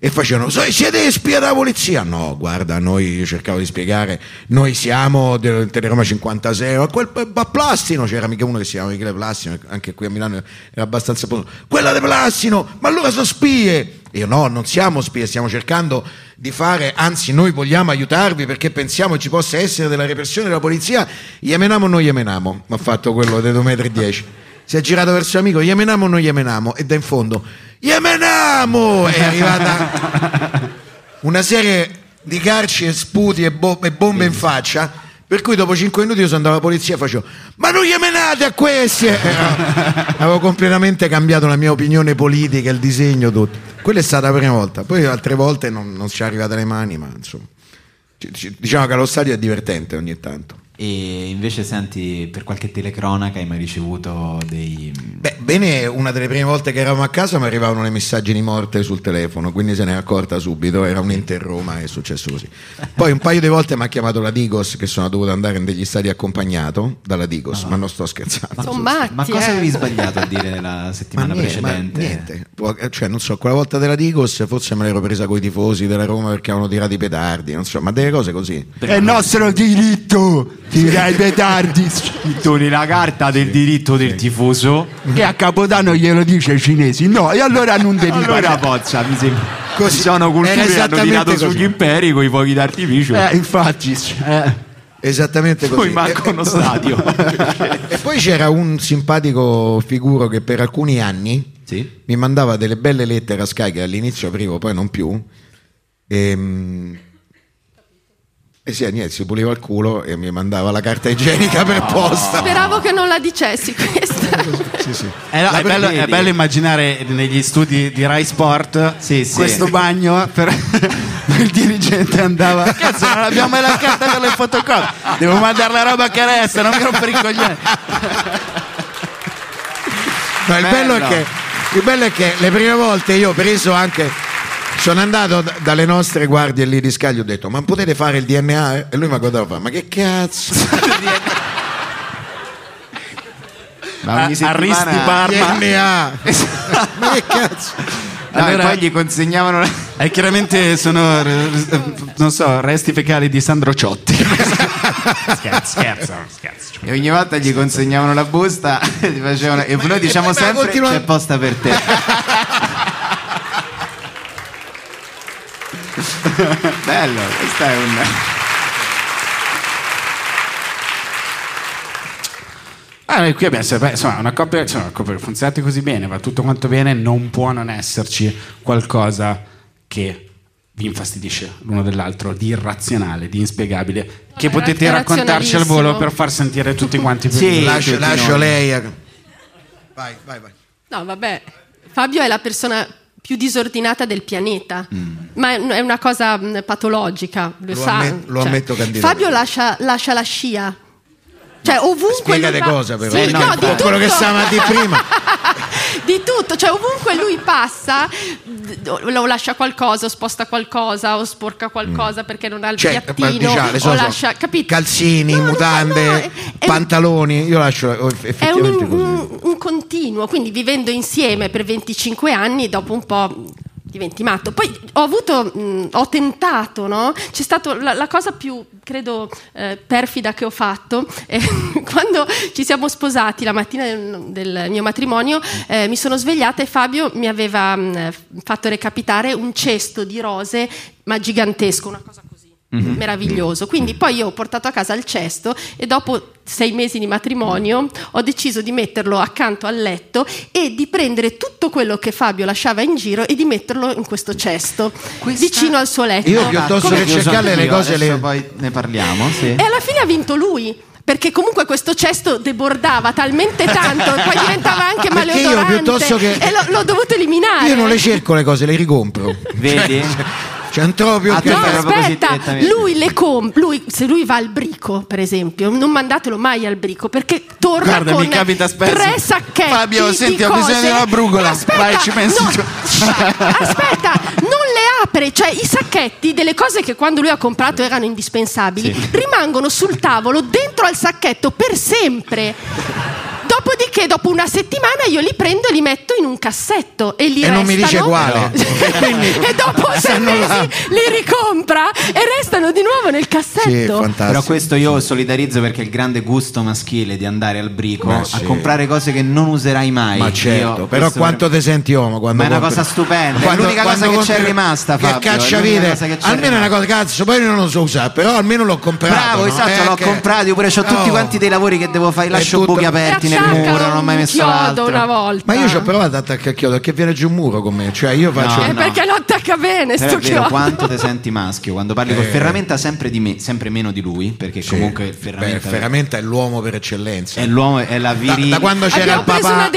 E facevano, "So- siete spia della polizia? No, guarda, noi io cercavo di spiegare, noi siamo del Teleroma 56, ma quel pa- pa- Plastino, c'era mica uno che si chiama Michele Plastino, anche qui a Milano era abbastanza pronto, quella di Plastino, ma allora sono spie! Io no, non siamo spie, stiamo cercando di fare, anzi noi vogliamo aiutarvi perché pensiamo ci possa essere della repressione della polizia, Yemenamo o non Yemenamo, mi ha fatto quello dei 2,10 m. Si è girato verso l'amico, Yemenamo o non Yemenamo, e da in fondo, [laughs] Yemenamo! È arrivata una serie di carci e sputi e, bo- e bombe in faccia. Per cui dopo 5 minuti io sono andato alla polizia e facevo Ma non gli menate a [laughs] questi! Eh, no. Avevo completamente cambiato la mia opinione politica, il disegno, tutto. Quella è stata la prima volta. Poi altre volte non, non ci è arrivata le mani, ma insomma. Ci- ci- diciamo che allo stadio è divertente ogni tanto. E invece senti, per qualche telecronaca hai mai ricevuto dei... Beh, bene, una delle prime volte che eravamo a casa mi arrivavano le messaggi di morte sul telefono, quindi se ne è accorta subito, era un Inter Roma, è successo così. Poi un paio di volte mi ha chiamato la Digos, che sono dovuto andare in degli stadi accompagnato dalla Digos, ma non sto scherzando. Sono matti, Ah. Ma cosa eh. avevi sbagliato a dire la settimana Ma niente, ma precedente? niente. Può- cioè, non so, quella volta della Digos forse me l'ero presa con i tifosi della Roma perché avevano tirato i petardi, non so, ma delle cose così. È il nostro diritto tirare i petardi scritto nella carta del diritto del tifoso che a Capodanno glielo dice ai cinesi no e allora non devi Allora pozza mi sembra Così. Ci sono culture Era che hanno esattamente tirato così. sugli imperi con i fuochi d'artificio Eh, infatti eh. Esattamente così. Eh, poi manca uno [laughs] stadio E poi c'era un simpatico figuro che per alcuni anni mi mandava delle belle lettere a Sky che all'inizio aprivo, poi non più. E, e sì, niente, si puliva il culo e mi mandava la carta igienica per posta. Speravo che non la dicessi questa. Sì, sì. Eh no, La è, bello, prevedi? è bello immaginare negli studi di Rai Sport questo bagno eh, per [laughs] il dirigente andava cazzo non abbiamo mai la carta per le fotocopie devo mandare la roba che resta non mi rompere i coglioni [laughs] No, il, bello è Bello. che, il bello è che le prime volte io ho preso anche. Sono andato d- dalle nostre guardie lì di Scaglio ho detto: Ma potete fare il DNA? E lui mi ha guardato e fa, Ma che cazzo? [laughs] Ma ogni A- settimana- Arristi Parma. DNA. Ma che [laughs] cazzo? No, Allora- e poi eh. gli consegnavano la... e chiaramente sono eh, non so resti fecali di Sandro Ciotti scherzo scherzo scherzo E ogni volta gli consegnavano la busta [laughs] e, gli facevano- e noi diciamo ma sempre continua- c'è posta per [laughs] te. [laughs] Bello, questo è un... Ah, noi qui abbiamo sempre- insomma, una coppia, insomma, una coppia che funzionate così bene, va tutto quanto bene, non può non esserci qualcosa che vi infastidisce l'uno dell'altro, di irrazionale, di inspiegabile, che potete è raccontarci al razionalissimo. volo per far sentire tutti quanti più Sì, lascio- lascio lei eh. a- Vai, vai, vai. No, vabbè. Fabio è la persona più disordinata del pianeta, Mm. ma è è una cosa mh, patologica, lo, Lo sa. cioè, amme- lo ammetto candidamente. Fabio lascia, lascia la scia. Cioè, ovunque Spiegate lui va- cosa però. eh. Sì, no, di tutto. quello che stava di prima. di tutto, cioè ovunque lui passa, d- o lascia qualcosa, o sposta qualcosa, o sporca qualcosa perché non ha il Cioè, piattino, diciamo, o lascia, capito? calzini, mutande, pantaloni. Io lascio oh, eff- È un, effettivamente così. un- un continuo, quindi vivendo insieme per 25 anni, dopo un po' mh, diventi matto. Poi ho avuto, mh, ho tentato, no? C'è stata la, la cosa più, credo, eh, perfida che ho fatto. [laughs] eh, quando ci siamo sposati la mattina del, del mio matrimonio, eh, mi sono svegliata e Fabio mi aveva mh, fatto recapitare un cesto di rose, ma gigantesco, una cosa Mm. meraviglioso. Quindi poi io ho portato a casa il cesto e dopo sei mesi di Mm. matrimonio ho deciso di metterlo accanto al letto e di prendere tutto quello che Fabio lasciava in giro e di metterlo in questo cesto vicino al suo letto. Io piuttosto Come- che cercarle le cose le- poi ne parliamo, sì. E alla fine ha vinto lui. Perché comunque questo cesto debordava talmente tanto, poi diventava anche Perché io maleodorante piuttosto che- e l'ho, l'ho dovuto eliminare. Io non le cerco le cose, le ricompro. Vedi? Cioè, C'è un tropio No, che aspetta, lui le comp- lui- se lui va al brico, per esempio, non mandatelo mai al brico perché torna Guarda, con mi capita spesso. tre sacchetti Fabio, di senti, ho bisogno cose. di una brugola. No, Aspetta, Vai, ci penso no, io. [laughs] aspetta, non le apre, cioè i sacchetti delle cose che quando lui ha comprato erano indispensabili, Sì. rimangono sul tavolo dentro al sacchetto per sempre. Dopodiché, dopo una settimana, io li prendo e li metto in un cassetto e li E non mi dice restano- quale. Quindi e dopo Eh, sei stanno là. mesi li ricompra e restano di nuovo nel cassetto. Però questo io solidarizzo perché è il grande gusto maschile di andare al brico Ma a sì. comprare cose che non userai mai. Ma Io- certo, però questo quanto ti senti uomo quando Ma è una compri- cosa stupenda, è Quando- l'unica quando cosa che compri- c'è rimasta, Che Fabio, è l'unica cacciavite, cosa che c'è almeno è una cosa cazzo, poi io non lo so usare, però almeno l'ho comprato. Bravo, no? esatto, Eh, l'ho che- comprato, io pure ho Oh. tutti quanti dei lavori che devo fare, lascio È tutto- buchi aperti nel muro, non ho mai messo l'altro. Ma io ci ho provato ad attaccare il chiodo che viene giù un muro con me, cioè io faccio Eh, Perché lo attacca bene Però sto è vero chiodo. quanto ti senti maschio quando parli col Eh. Ferramenta sempre di me, sempre meno di lui, perché comunque il Beh, Ferramenta Ferramenta è l'uomo per eccellenza. è l'uomo è la Da, virilità. da quando c'era il papà,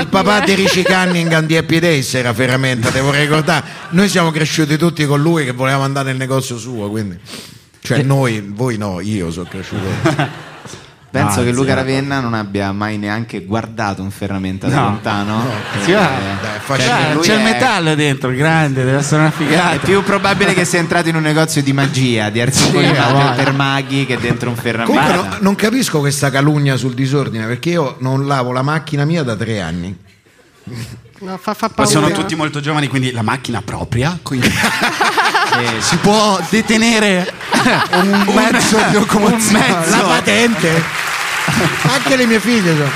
il papà di [laughs] Ricicanni in Gandiepi Days era veramente, devo ricordare, noi siamo cresciuti tutti con lui che volevamo andare nel negozio suo, quindi cioè Eh. noi, voi no, io sono cresciuto. [laughs] Penso No, che Luca zero. Ravenna non abbia mai neanche guardato un Ferramenta da No. lontano. Sì, va. Cioè, c'è il metallo metallo dentro, grande, deve essere una figata. È più probabile che sia entrato in un negozio di magia, di articoli Sì, per- guarda. per maghi che dentro un ferramenta. Comunque no- non capisco questa calunnia sul disordine perché io non lavo la macchina mia da tre anni. No, fa, fa Poi paura. sono tutti molto giovani, quindi la macchina propria, [laughs] quindi si può detenere [laughs] un mezzo di locomozione. Un mezzo. La patente. Anche le mie figlie sono.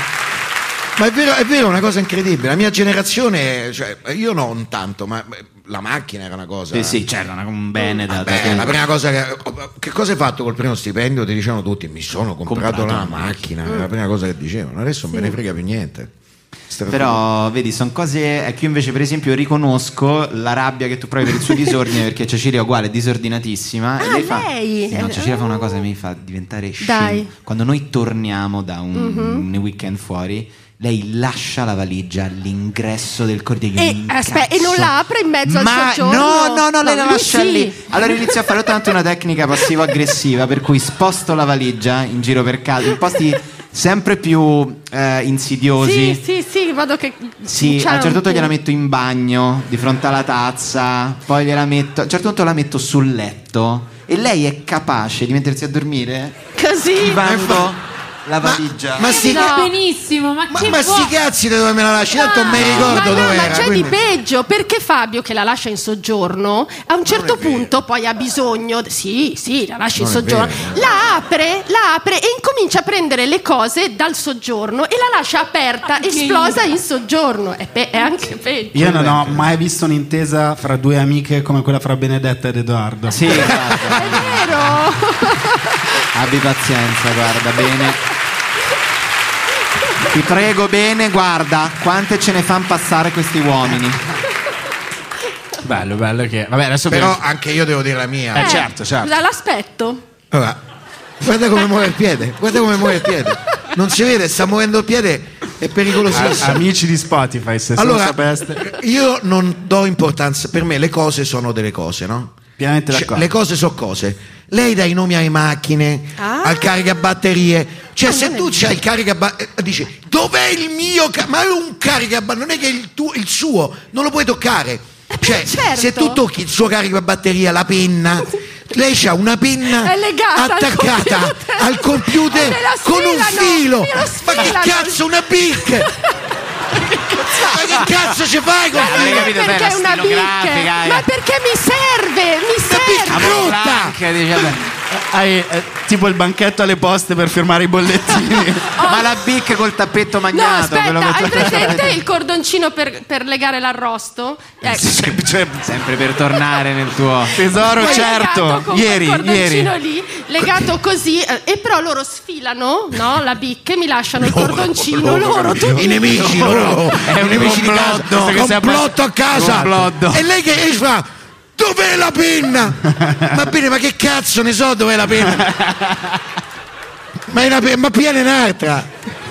Ma è vero, è vero, è una cosa incredibile. La mia generazione, cioè, io non tanto, ma beh, la macchina era una cosa. Ah, Sì, sì, Cioè, c'era una- un Ah, bene da, da Beh, tenere. la prima cosa che. Che cosa hai fatto col primo stipendio? Ti dicevano tutti: mi sono comprato, Comprato la la macchina. macchina. Era la prima cosa che dicevano. Adesso non me Sì. ne frega più niente. Stra- Però vedi, sono cose. Ecco, io invece, per esempio, riconosco la rabbia che tu provi per il [laughs] suo disordine perché Cecilia è uguale, è disordinatissima. e Ah, lei fa. Eh, lei? oh. Sì, no, Cecilia fa una cosa che mi fa diventare Dai. scemo. Quando noi torniamo da un, Mhm. un weekend fuori, lei lascia la valigia all'ingresso del corridoio. Io E, mi aspetta, Eh, e non incazzo. la apre in mezzo al Ma soggiorno no, no, no, lei la lui lascia sì. lì. Allora inizio a fare tanto una tecnica passivo-aggressiva per cui sposto la valigia in giro per casa, in posti sempre più eh, insidiosi. Sì, sì, sì, vado che. Sì, a un certo punto gliela metto in bagno, di fronte alla tazza, poi gliela metto, a un certo punto la metto sul letto e lei è capace di mettersi a dormire Così. schivando la valigia. ma sti- Va No. benissimo, ma, Ma, che ma vuoi? sti cazzi da dove me la lasci? Tanto non mi ricordo ma no, dove ma era. c'è quindi- di peggio perché Fabio che la lascia in soggiorno a un certo punto poi ha bisogno sì sì la lascia in Non è soggiorno vero. la apre la apre e incomincia a prendere le cose dal soggiorno e la lascia aperta esplosa in soggiorno è, pe- è anche peggio Io non ho mai visto un'intesa fra due amiche come quella fra Benedetta ed Edoardo. [laughs] Sì, Ah, vero [laughs] Abbi pazienza, guarda bene. Ti prego bene, guarda quante ce ne fanno passare questi uomini. Bello, bello che. Vabbè, adesso Però anche io devo dire la mia. Eh, certo, Dall'aspetto. Allora, guarda come muove il piede, guarda come muove il piede. Non si vede, sta muovendo il piede, è Ah, pericolosissimo. amici di Spotify, se allora, lo sapeste. io non do importanza, per me le cose sono delle cose, no? Pienamente Cioè, d'accordo. le cose sono cose. Lei dà i nomi alle macchine, Ah. al caricabatterie. Cioè, se tu c'hai il caricabatterie, dici dov'è il mio? ca- ma è un caricabatterie, non è che il, tuo, il suo, non lo puoi toccare. Cioè, certo. se tu tocchi il suo caricabatterie, la penna, [laughs] lei c'ha una penna È legata al attaccata computer. al computer, E me la con un sfilano, filo. me la Ma che sfilano. cazzo, una pic? [laughs] ma che cazzo ci fai con Ma non è filo? perché è una eh. bicca, ma perché mi serve, mi serve. Hai eh, tipo il banchetto alle poste per firmare i bollettini. Ma la bic col tappetto No, magnato. quello aspetta, che- hai presente il cordoncino per, per legare l'arrosto? Eh, Ecco, Sempre per tornare nel [laughs] tuo Poi certo. certo. legato con quel cordoncino lì, legato così, eh, e però loro sfilano no, la bicca e mi lasciano il cordoncino loro. I nemici, loro, i nemici di casa, complotto a casa. E lei che e fa, dov'è la [laughs] penna? Ma bene, ma che cazzo ne so dov'è la penna? Ma, è una pe- ma piena è un'altra.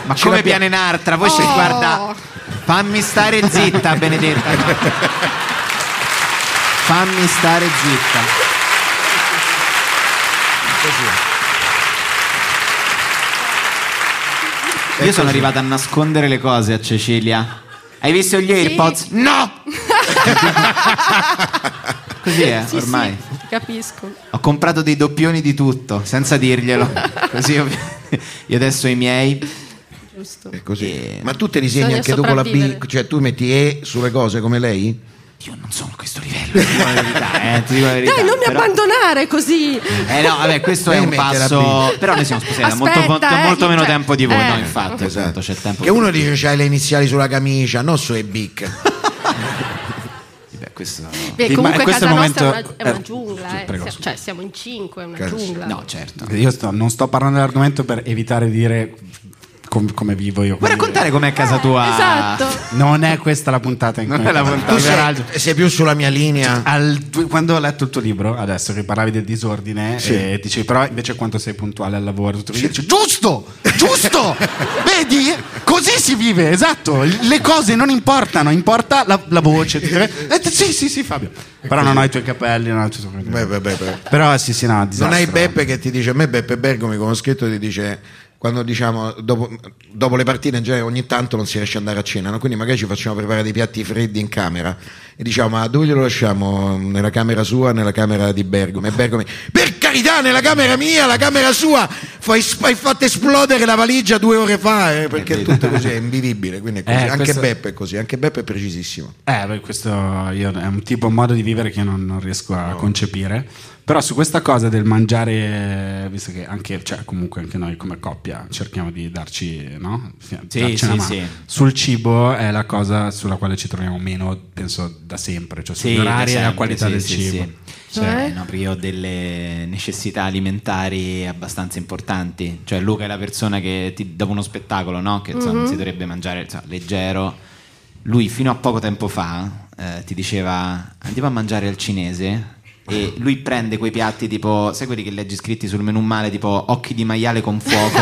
Ma Ce come l'abbiamo. piano in altra? Voi siete- Oh. guarda. Fammi stare zitta, Benedetta. [laughs] Fammi stare zitta. Io sono arrivato a nascondere le cose a Cecilia. Hai visto gli AirPods? No! Così è, Sì, ormai. sì, capisco. Ho comprato dei doppioni di tutto, senza dirglielo. Così ov- io adesso ho i miei. Giusto. Così. Ma tu te li segni Bisogna anche dopo la B, sopravvivere. cioè tu metti E sulle cose come lei? Io non sono a questo livello. Ti dico la verità, eh, ti dico la verità, Dai, non mi però- abbandonare così. Eh no, vabbè, questo è Lei un mette la passo. B. Però noi siamo sposati da molto, Aspetta, molto, eh, molto meno cioè, tempo di voi. eh. No, infatti, esatto, c'è tempo. Che uno dice c'hai le iniziali sulla camicia, non sulle bic. Beh, questo... Beh, Di- ma comunque questo casa è il nostra è momento- una, è una eh, giungla, eh. prego, Sia- cioè siamo in cinque, è una Cazzo. giungla. No, certo. Io sto- non sto parlando dell'argomento per evitare di dire com- come vivo io. Puoi raccontare com'è casa tua? esatto. Non è questa la puntata in cui è la puntata. Tu sei- più sulla mia linea. cioè, quando ho letto il tuo libro, adesso che parlavi del disordine, Sì. e dicevi però invece quanto sei puntuale al lavoro, tutto quindi dici, Giusto, [laughs] giusto. Vedi, così si vive, esatto. Le cose non importano, importa la, la voce. Eh, sì, sì, sì, Fabio. Però non ho i tuoi capelli, non ho i tuoi- Però sì, sì, no, disastro. Eh, Non hai Beppe che ti dice, a me Beppe Bergomi come ho scritto ti dice, quando diciamo, dopo, dopo le partite in genere ogni tanto non si riesce ad andare a cena, no? quindi magari ci facciamo preparare dei piatti freddi in camera e diciamo, ma dove glielo lasciamo? Nella camera sua, nella camera di Bergomi? E Bergomi, per carità, nella camera mia, la camera sua, fai, sp- hai fatto esplodere la valigia due ore fa, eh, perché tutto così è invivibile, quindi è così. Eh, anche questo- Beppe è così, anche Beppe è precisissimo. Eh, beh, questo io- è un tipo, un modo di vivere che io non, non riesco a concepire. Però su questa cosa del mangiare, visto che anche, cioè, comunque anche noi come coppia cerchiamo di darci, no? Fi- Sì, darci sì, una mano. sì. Sul cibo è la cosa sulla quale ci troviamo meno, penso, da sempre, cioè sugli da orari e la sempre, qualità sì, del sì, cibo. sì. Cioè, Eh, no, perché io ho delle necessità alimentari abbastanza importanti. Cioè, Luca è la persona che ti, dopo uno spettacolo, no? Che insomma, Mhm. si dovrebbe mangiare insomma, leggero. Lui fino a poco tempo fa eh, ti diceva andiamo a mangiare al cinese. E lui prende quei piatti tipo, sai quelli che leggi scritti sul menù male, tipo occhi di maiale con fuoco.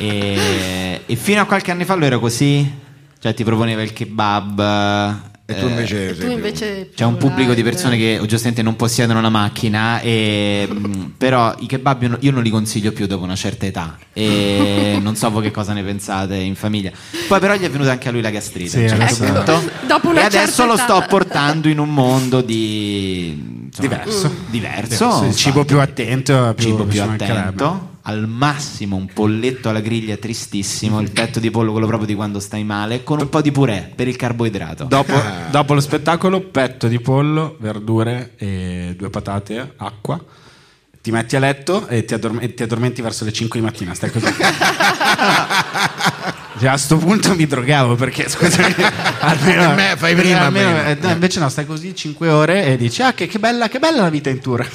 e, e fino a qualche anno fa lui era così. Cioè, ti proponeva il kebab. eh, E tu invece Tu invece c'è un pubblico di persone che oggettivamente non possiedono una macchina, e, mh, però i kebab io non- io non li consiglio più dopo una certa età. [laughs] E non so voi che cosa ne pensate in famiglia. Poi, però, gli è venuta anche a lui la gastrite. Sì, a un certo adesso- punto. Ecco, dopo una e adesso certa lo età. sto portando in un mondo di insomma, Diverso. diverso, Sì, infatti. cibo più attento, più, cibo più ci mancherebbe. attento. Al massimo un polletto alla griglia tristissimo, il petto di pollo, quello proprio di quando stai male, con un po' di purè per il carboidrato. Dopo, Ah. dopo lo spettacolo, petto di pollo, verdure e due patate, acqua. Ti metti a letto e ti, addorme- e ti addormenti verso le 5 di mattina. Stai [laughs] così. Cioè, a sto punto mi drogavo perché [laughs] scusami, almeno, Eh, beh, fai prima, almeno- prima. eh, no, invece no, stai così 5 [laughs] ore e dici: Ah, che, che bella, che bella la vita in tour.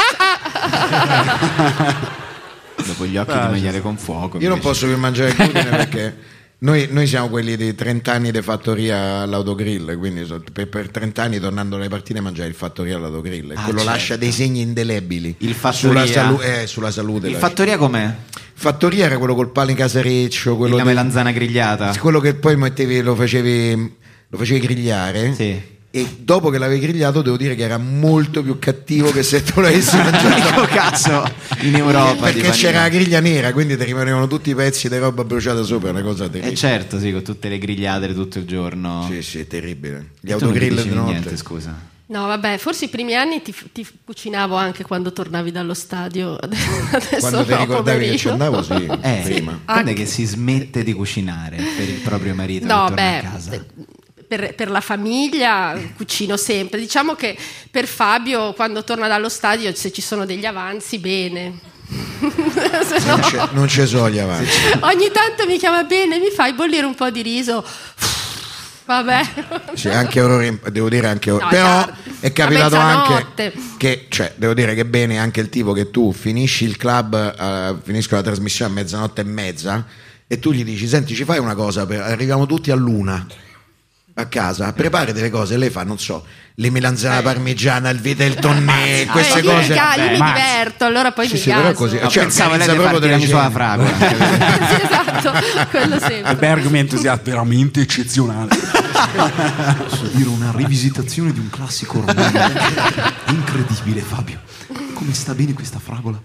dopo gli occhi Ah, di sì, mangiare sì. con fuoco. Io non invece. posso più [laughs] mangiare glutine perché noi, noi siamo quelli di 30 anni di fattoria all'autogrill, quindi so- per, per 30 anni tornando alle partite mangiare il fattoria all'autogrill. e Ah, quello certo. lascia dei segni indelebili Il fattoria. sulla, salu- eh, sulla salute. Il lascia. fattoria com'è? Fattoria era quello col pane casareccio, quello La del- melanzana grigliata. quello che poi mettevi, lo, facevi, lo facevi grigliare. E dopo che l'avevi grigliato, devo dire che era molto più cattivo che se tu [laughs] l'avessi mangiato. cazzo in Europa. di Perché panino. c'era la griglia nera, quindi ti rimanevano tutti i pezzi di roba bruciata sopra, una cosa Eh terribile. certo, sì, con tutte le grigliate di tutto il giorno. Sì, sì, terribile. Gli autogrill autogrill di notte. niente, scusa. No, vabbè, forse i primi anni ti, ti cucinavo anche quando tornavi dallo stadio. [laughs] Adesso Quando ti no, ricordavi che ci poverino. andavo, sì, [laughs] Eh, prima. Quando è che si smette di cucinare per il proprio marito che No, torna a beh, casa? per, per la famiglia cucino sempre. Diciamo che per Fabio, quando torna dallo stadio, se ci sono degli avanzi, bene. [laughs] Se Esatto, no, Non c'è- Non ci so gli avanti. ogni tanto mi chiama bene, mi fai bollire un po' di riso. [laughs] Vabbè. Sì, anche ora rim- devo dire anche ora. No, Però tardi. è capitato A anche mezzanotte. che, cioè, devo dire che bene anche il tipo che tu finisci il club, eh, finisco la trasmissione a mezzanotte e mezza e tu gli dici, senti, ci fai una cosa, per- arriviamo tutti all'una a casa, prepari delle cose e lei fa, non so, le melanzane Eh. alla parmigiana, il vite, il tonnè, Vabbè, queste io cose. mi, Eh, ca- io mi Mazza. diverto, allora poi Sì, mi sì, però gaso. è così. No, Cioè, Pensavo lei organizza di proprio farti la delle misura cene. fragola. [laughs] esatto, quello sempre. Bergman è entusiasta veramente eccezionale. Posso dire una rivisitazione di un classico romano. Incredibile, Fabio. Come sta bene questa fragola?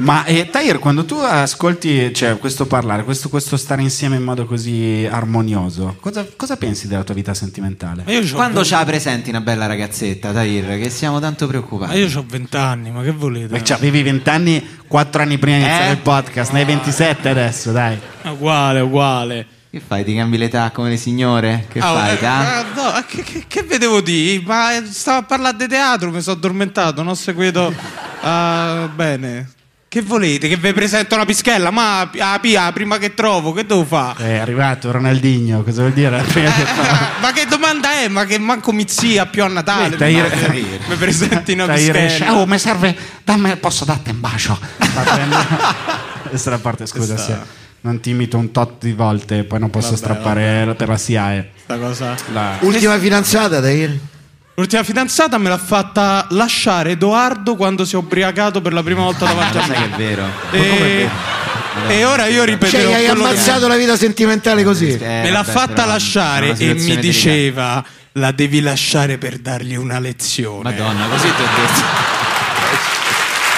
Ma eh, Tahir, quando tu ascolti cioè, questo parlare, questo, questo stare insieme in modo così armonioso, cosa, cosa pensi della tua vita sentimentale? Quando ce la presenti una bella ragazzetta, Tahir, che siamo tanto preoccupati. Ma Io ho 20 anni, ma che volete? Beh, cioè, avevi 20 anni, 4 anni prima di iniziare Eh? il podcast, ne hai 27 adesso, dai. Ah, Uguale, uguale. Che fai? Ti cambi l'età come le signore? Che Ah, fai? eh, ta? ah, no, ah, che, che- che vi devo dire? Ma eh, stavo a parlare di teatro, mi sono addormentato, non ho seguito. Ah, bene. Che volete? Che vi presento una pischella? Ma la pia, la prima che trovo, che devo fare? È arrivato Ronaldinho, cosa [laughs] vuol dire? Prima che- Ma che domanda è? Ma che manco mi zia più a Natale? Beh, Tahir- mi- mi presenti [laughs] una Tahir esce, pischella? oh, mi serve, dammi, posso darti un bacio? Va bene. Questa è la parte, scusa, Questa- se non ti imito un tot di volte, poi non posso Vabbè, strappare per la eh. SIAE. Sta cosa. Ultima fidanzata, Tahir? L'ultima fidanzata me l'ha fatta lasciare Edoardo quando si è ubriacato per la prima volta davanti a Lo sai che me. Eh, è vero. E, e ora io ripeterò Cioè, gli hai quello che- Eh, ammazzato la vita sentimentale così. me Eh, l'ha fatta lasciare e mi diceva la devi lasciare per dargli una lezione. Madonna, così ti ho detto. [laughs]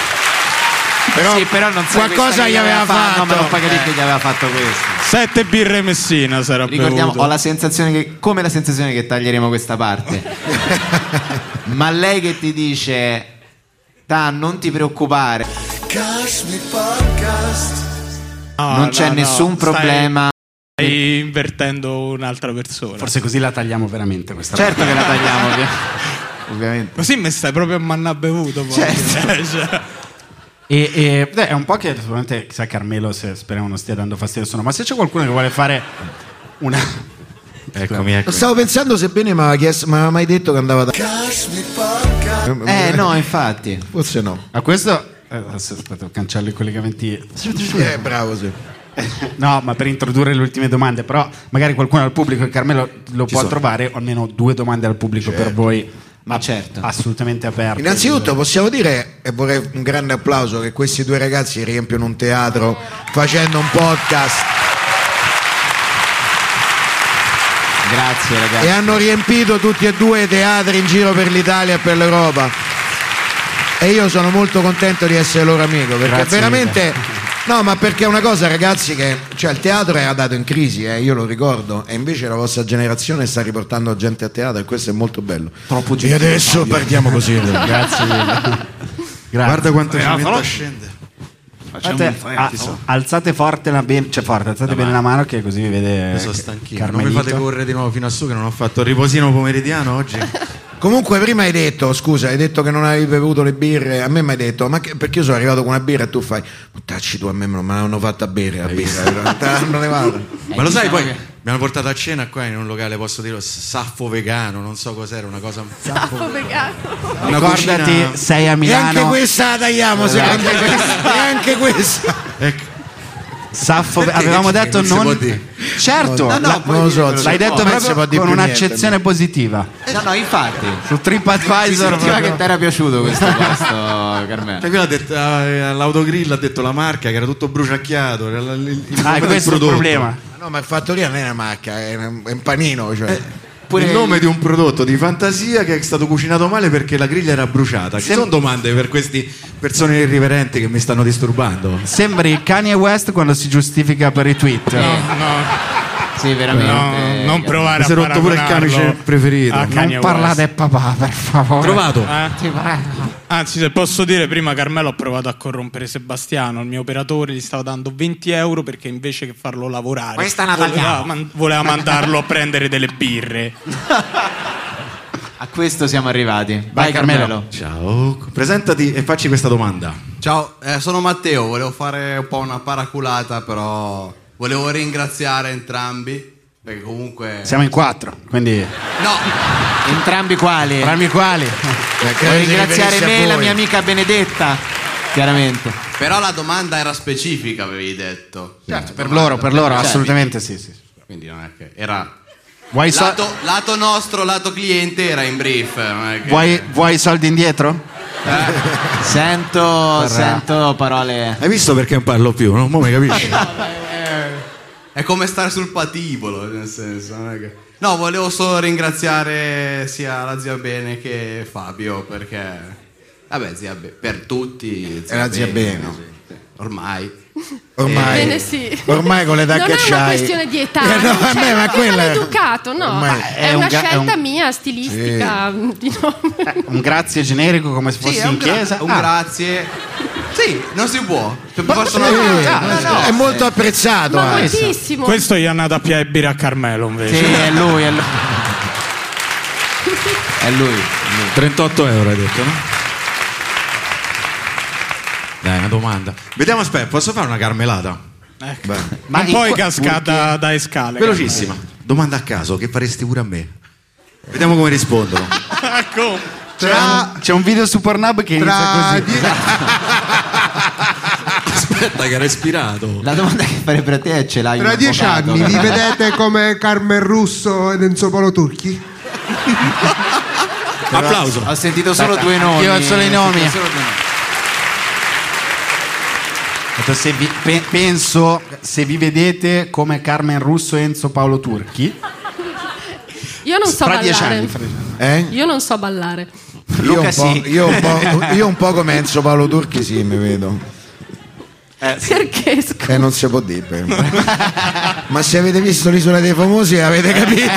Però, sì, però non so qualcosa gli aveva No, ma non fatto. puoi capire che gli aveva fatto questo. Sette birre Messina sarà Ricordiamo, bevuto. ho la sensazione che, come la sensazione che taglieremo [laughs] questa parte. Ma lei che ti dice, Ta, non ti preoccupare, Cashmi Podcast. No, non no, c'è no, nessun stai- problema. Stai invertendo un'altra persona. Forse così la tagliamo veramente questa Certo che la tagliamo, [laughs] ovvia- ovviamente. Così mi stai proprio a manna bevuto. poi. Certo. Eh, cioè. E, e- beh, è un po' che sicuramente chissà Carmelo se speriamo non stia dando fastidio a nessuno, ma se c'è qualcuno che vuole fare una Eccomi, Stavo pensando se bene mi aveva chiesto- mi aveva mai detto che andava da. Cashmi Podcast. Eh, no, infatti. Forse no. A questo eh, adesso, aspetta, cancello i collegamenti. Eh, bravo, sì. No, ma per introdurre le ultime domande, però magari qualcuno al pubblico e Carmelo lo può sono. trovare, o almeno due domande al pubblico per voi. Ma certo. [laughs] Assolutamente aperte. Innanzitutto possiamo dire, e vorrei un grande applauso, che questi due ragazzi riempiono un teatro facendo un podcast Grazie ragazzi. e hanno riempito tutti e due i teatri in giro per l'Italia e per l'Europa. E io sono molto contento di essere loro amico, perché Grazie veramente... No, ma perché è una cosa, ragazzi, che cioè, il teatro è andato in crisi, eh, io lo ricordo, e invece la vostra generazione sta riportando gente a teatro e questo è molto bello. Troppo E gentile, adesso Fabio. partiamo così. Grazie mille. Guarda eh, quanto ci mette a scendere. Fate- ah, oh. [laughs] alzate forte la ben- cioè forte, alzate bene la mano che così vi vede Io sono che- stanchino. Non mi Carmelito. fate correre di nuovo fino a su che non ho fatto il riposino pomeridiano oggi. Comunque, prima hai detto, scusa, hai detto che non avevi bevuto le birre. A me mi hai detto, ma che- perché io sono arrivato con una birra e tu fai, tacci tu a me, non me l'hanno fatta bere la birra. ah, non ne vado. Ma lo sai, Eh, diciamo poi che- mi hanno portato a cena qua in un locale, posso dirlo, s- saffo vegano, non so cos'era, una cosa... Una Ricordati, cucina- sei a E anche Milano. questa la tagliamo, se Esatto. anche questa. E anche questa. Saffo, Perché avevamo dici che detto non si non, può dire? certo, No, no, la- poi non lo so, l'hai non detto si proprio può dire con più un'accezione niente. positiva No, no, infatti. su Si TripAdvisor. sentiva proprio. che ti era piaciuto questo posto, Carmelo. Cioè, quello ha detto, eh, all'autogrill ha detto la marca che era tutto bruciacchiato. era l- l- Ah, il Ah, nome del prodotto. No, ma il fattoria non è una macchia, è un, è un panino. Cioè. Pure il nome di un prodotto di fantasia che è stato cucinato male perché la griglia era bruciata. Ci sono domande per queste persone irriverenti che mi stanno disturbando? Sembri Kanye West quando si giustifica per i tweet. Sì, veramente. Eh, veramente. No, non provare Mi si è a rotto pure il paragonarlo camice preferito. a Kanye Non parla West. del papà, per favore. Trovato. Eh? Anzi, se posso dire, prima Carmelo ha provato a corrompere Sebastiano, il mio operatore, gli stava dando 20 euro perché invece che farlo lavorare Questa la voleva, tagliamo. man- voleva [laughs] mandarlo a prendere delle birre. A questo siamo arrivati. Vai, Vai, Carmelo. Carmelo. Ciao, presentati e facci questa domanda. Ciao, eh, sono Matteo, volevo fare un po' una paraculata, però volevo ringraziare entrambi, perché comunque... Eh. Siamo in quattro, quindi Entrambi quali? Entrambi quali? Voglio ringraziare me e la mia amica Benedetta, chiaramente. Però la domanda era specifica, avevi detto. Certo, per loro, per loro, Cioè, assolutamente sì, sì. Quindi non è che era... Vuoi, so- Lato, lato nostro, lato cliente era in brief. Non è che... vuoi- vuoi i soldi indietro? Eh, [laughs] [laughs] Sento, sento parole. Hai visto perché non parlo più? No? Mo mi capisci? Eh, È come stare sul patibolo, nel senso. non è che- No, volevo solo ringraziare sia la zia Bene che Fabio perché... Vabbè, zia Be- per tutti... È la zia Bene. sì, sì, Ormai. Eh, Ormai, Bene, sì. ormai con l'età non che è una c'hai. questione di età, Eh, [laughs] no, non c'è- vabbè, ma non è quella- maleducato, no, ormai ma è, è un una ga- è scelta un- mia stilistica. [laughs] Di nome. Un grazie generico come se Sì, fossi è un, in gra- chiesa? un Ah, grazie. Sì, non si può. Cioè, possono- sì, eh, no, non si no, può. è molto apprezzato. Ma anche. moltissimo. Questo gli è andato a piare birra a Carmelo invece. Sì, è [laughs] lui, è lui. È lui. 38 euro hai detto, no? Dai, una domanda. Vediamo, aspetta, posso fare una carmelata? Ecco. Ma poi cascata da escale. Velocissima. Domanda a caso, che faresti pure a me? Vediamo come rispondono. Ah, Carmelo. c'è, un, c'è un video su Pornhub che tra inizia così. [laughs] Aspetta che era ispirato. La domanda che farei per te è ce l'hai Tra un dieci avvocato? anni vi vedete come Carmen Russo ed Enzo Polo Turchi? Applauso. Ho sentito solo Aspetta, due nomi. io ho solo i Ho sentito nomi. solo due nomi. Detto, se vi- pe- penso, se vi vedete come Carmen Russo e Enzo Paolo Turchi, Io non so fra ballare. dieci anni. fra dieci anni. Eh? Io non so ballare. Io [laughs] un, Luca po', sì. io, un po', io un po' come Enzo Paolo Turchi, sì, mi vedo. Perché? Eh, non si può dire. però. Ma se avete visto l'isola dei famosi avete capito.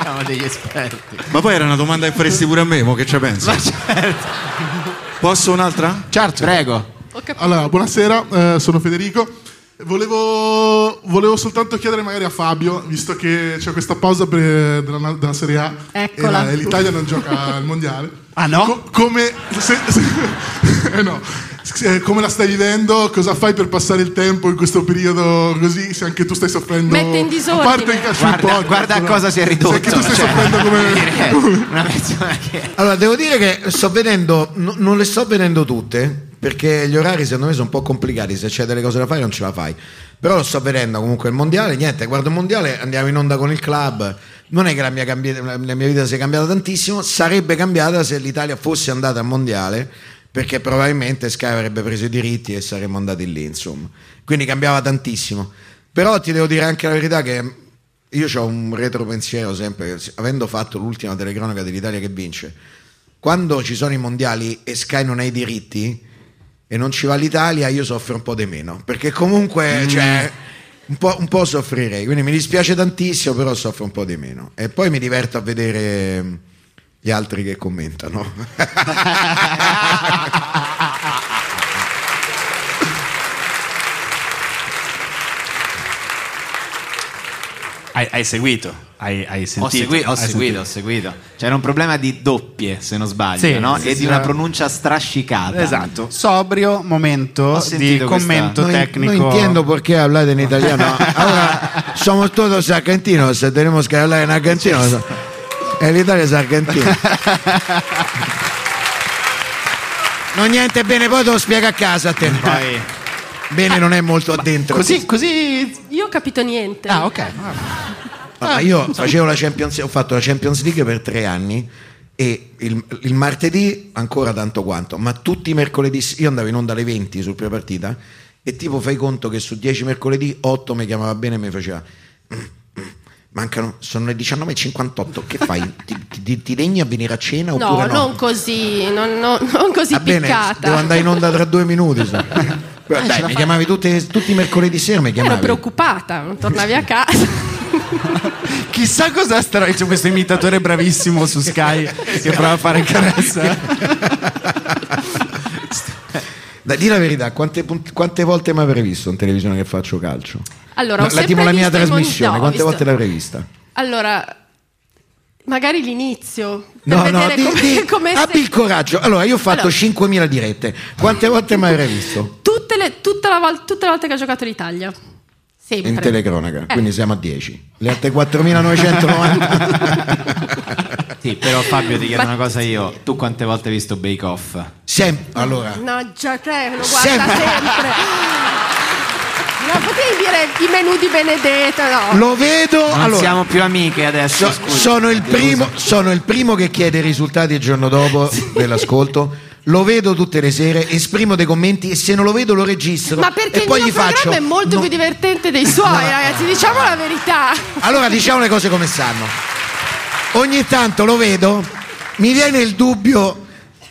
Siamo degli esperti. Ma poi era una domanda che faresti pure a me, mo che ci pensi? Posso un'altra? Certo. Prego. Allora, buonasera, eh, sono Federico. Volevo, volevo soltanto chiedere magari a Fabio, visto che c'è questa pausa per- della, della Serie A Eh, e, Eccola. la- e l'Italia non gioca al Mondiale. Ah no? come, se- [laughs] se- eh, no. Eh, come la stai vivendo? Cosa fai per passare il tempo in questo periodo così? Se anche tu stai soffrendo... Mette in disordine. A parte il calcio Guarda- di podcast, guarda a ma- cosa si è se ridotto, anche tu stai cioè, soffrendo [laughs] come... come- Allora, devo dire che sto vedendo, no- non le sto vedendo tutte, perché gli orari secondo me sono un po' complicati, se c'è delle cose da fare non ce la fai. Però lo sto vedendo comunque il mondiale, niente, guardo il mondiale, andiamo in onda con il club. Non è che la mia, cambi- la mia vita sia cambiata tantissimo, sarebbe cambiata se l'Italia fosse andata al mondiale, perché probabilmente Sky avrebbe preso i diritti e saremmo andati lì, insomma. Quindi cambiava tantissimo. Però ti devo dire anche la verità che io ho un retropensiero sempre, che, avendo fatto l'ultima telecronaca dell'Italia che vince, quando ci sono i mondiali e Sky non ha i diritti e non ci va l'Italia, io soffro un po' di meno, perché comunque cioè, un, po', un po' soffrirei, quindi mi dispiace tantissimo, però soffro un po' di meno. E poi mi diverto a vedere mm, gli altri che commentano. Hai, hai seguito? hai, hai Ho, sentito. segui- ho hai seguito, ho sentito. seguito. C'era un problema di doppie, se non sbaglio, Sì, no? sì, e sì, di sì. una pronuncia strascicata. Esatto. Sobrio momento di sentito questa- commento No, in- tecnico. No entiendo perché hablate en italiano. Ahora somos todos argentinos, tenemos que hablar en argentino. El Italia es argentino. No niente bene, poi te lo spiego a casa a te. Bene non è molto dentro. Così, così. Io ho capito niente. Ah, ok. Allora, Ah, io facevo la Champions, ho fatto la Champions League per tre anni e il, il martedì ancora tanto quanto, ma tutti i mercoledì, io andavo in onda alle 20 sul prepartita e tipo fai conto che su 10 mercoledì 8 mi chiamava bene e mi faceva mancano, sono le 19.58, che fai? Ti, ti- ti- ti degni a venire a cena No, oppure no? non così, non, non- [laughs] non così Va bene, piccata. devo andare in onda tra due minuti. [laughs] so. Dai, ce la mi fai. chiamavi tutte- tutti i mercoledì sera, mi Ero chiamavi. preoccupata, non tornavi a casa. [laughs] Chissà cos'è sta roba- c'è questo imitatore bravissimo su [laughs] Sky che prova a fare carezza. Dai, di la verità, quante, punt- quante volte mi avrei visto in televisione che faccio calcio? Allora, ho No, la, tipo sempre la mia visto i mon- trasmissione, no, ho quante visto- volte l'avrei vista? Allora, magari l'inizio, per No, no, vedere di- come, di- Ah, come abbi il coraggio. Allora, io ho fatto Allora. 5.000 dirette. Quante volte mi avrei [laughs] visto? tutte le, tutta la vol- tutte le volte che ha giocato l'Italia. Sempre. In telecronaca, Eh. quindi siamo a 10. Le altre [laughs] 4.990. Sì, però Fabio ti chiedo Ma- una cosa io. Tu quante volte hai visto Bake Off? Sempre. Allora, No, già te lo guarda Sempre. sempre. Non potevi dire i menù di Benedetta, no. Lo vedo. Non allora, siamo più amiche adesso. So- sono, il primo, sono il primo che chiede i risultati il giorno dopo dell'ascolto. Lo vedo tutte le sere, esprimo dei commenti e se non lo vedo lo registro. Ma perché e poi il mio gli faccio. programma è molto più divertente dei suoi, ragazzi, diciamo la verità. Allora diciamo le cose come stanno. Ogni tanto lo vedo, mi viene il dubbio,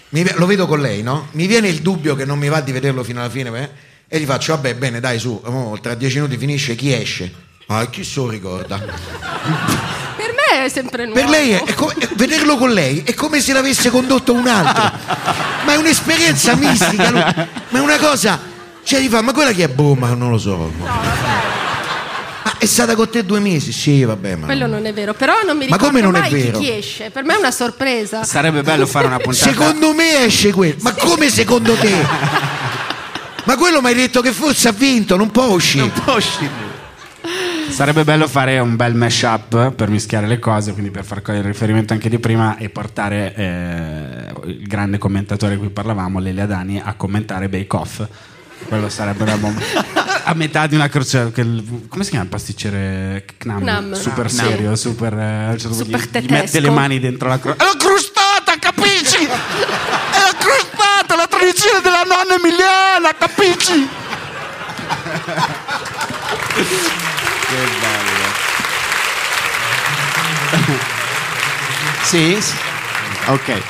mi ve- lo vedo con lei, no? Mi viene il dubbio che non mi va di vederlo fino alla fine, eh? e gli faccio, vabbè, bene, dai, su, mo, tra dieci minuti finisce, chi esce? Ah, chi se lo ricorda? Per me è sempre nuovo. Per lei è, è come- è- vederlo con lei è come se l'avesse condotto un altro. ma è un'esperienza mistica, no? ma è una cosa. Cioè, gli fa, ma quella chi è? Boh, ma non lo so. Ma è stata con te due mesi? Sì, vabbè, ma. Quello non è vero, però non mi Ma ricordo come non è mai vero? chi esce. Per me è una sorpresa. Sarebbe bello fare una puntata. Secondo me esce quello. Ma come secondo te? Ma quello mi hai detto che forse ha vinto, non può uscire. Non può uscire. Sarebbe bello fare un bel mashup per mischiare le cose, quindi per far cogliere il riferimento anche di prima e portare eh, il grande commentatore di cui parlavamo, Lelia Dani, a commentare Bake Off. Quello sarebbe una bomba. A metà di una crociera. che il- Come si chiama il pasticcere? Knam. Knam. Super Knam. serio, super. eh, a un certo punto Super gli- gli, tedesco. mette le mani dentro [laughs] la crociera. È la crostata, capisci? È la crostata, la tradizione della nonna Emiliana, capisci? Sì, sì. Ok.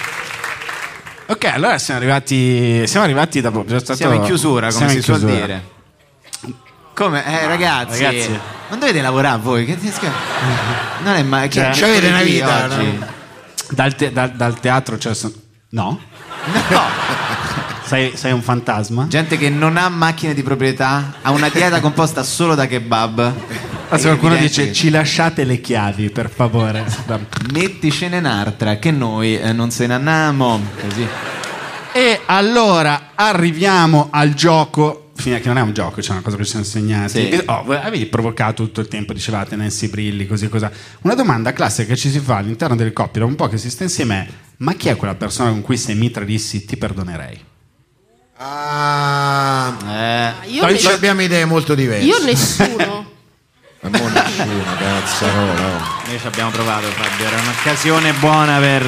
Ok, allora siamo arrivati. Siamo arrivati dopo. Siamo in chiusura, come si suol dire. Come? Eh, ragazzi, ragazzi. Non dovete lavorare voi? Che ti scher- Non è mai... Che Cioè, che mercoledì oggi? Dal, te- dal- dal teatro cioè, c'è. son- No? [laughs] sei, sei un fantasma? Gente che non ha macchine di proprietà, ha una dieta [laughs] composta solo da kebab. Ah, se qualcuno È evidente dice che- ci lasciate le chiavi per [laughs] favore. Metticene un'altra, che noi eh, non se ne andiamo. Così. E allora arriviamo al gioco. fine- Che non è un gioco, c'è una cosa che ci sono insegnati. Sì. E- oh, voi avevi provocato tutto il tempo, dicevate Nancy Brilli, così cosa. Una domanda classica che ci si fa all'interno delle coppie da un po' che si sta insieme è: ma chi è quella persona con cui se mi tradissi ti perdonerei? Ah, io Poi ne- ci abbiamo idee molto diverse. Io nessuno. Ma mo nessuno, cazzarola. oh. Noi ci abbiamo provato, Fabio. Era un'occasione buona [laughs] per.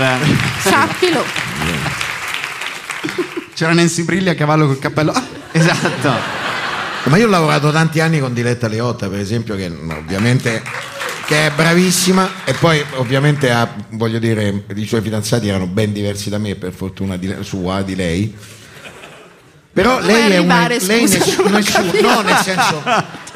Sappilo. C'era Nancy Brilli a cavallo col cappello. Ah! Esatto. Ma io ho lavorato tanti anni con Diletta Leotta, per esempio, che no, ovviamente che è bravissima e poi ovviamente ha, voglio dire, i suoi fidanzati erano ben diversi da me, per fortuna di- sua, di lei. Però Dove lei è una, arrivare, lei scusa, ness- non ho nessuno- capito. no, nel senso,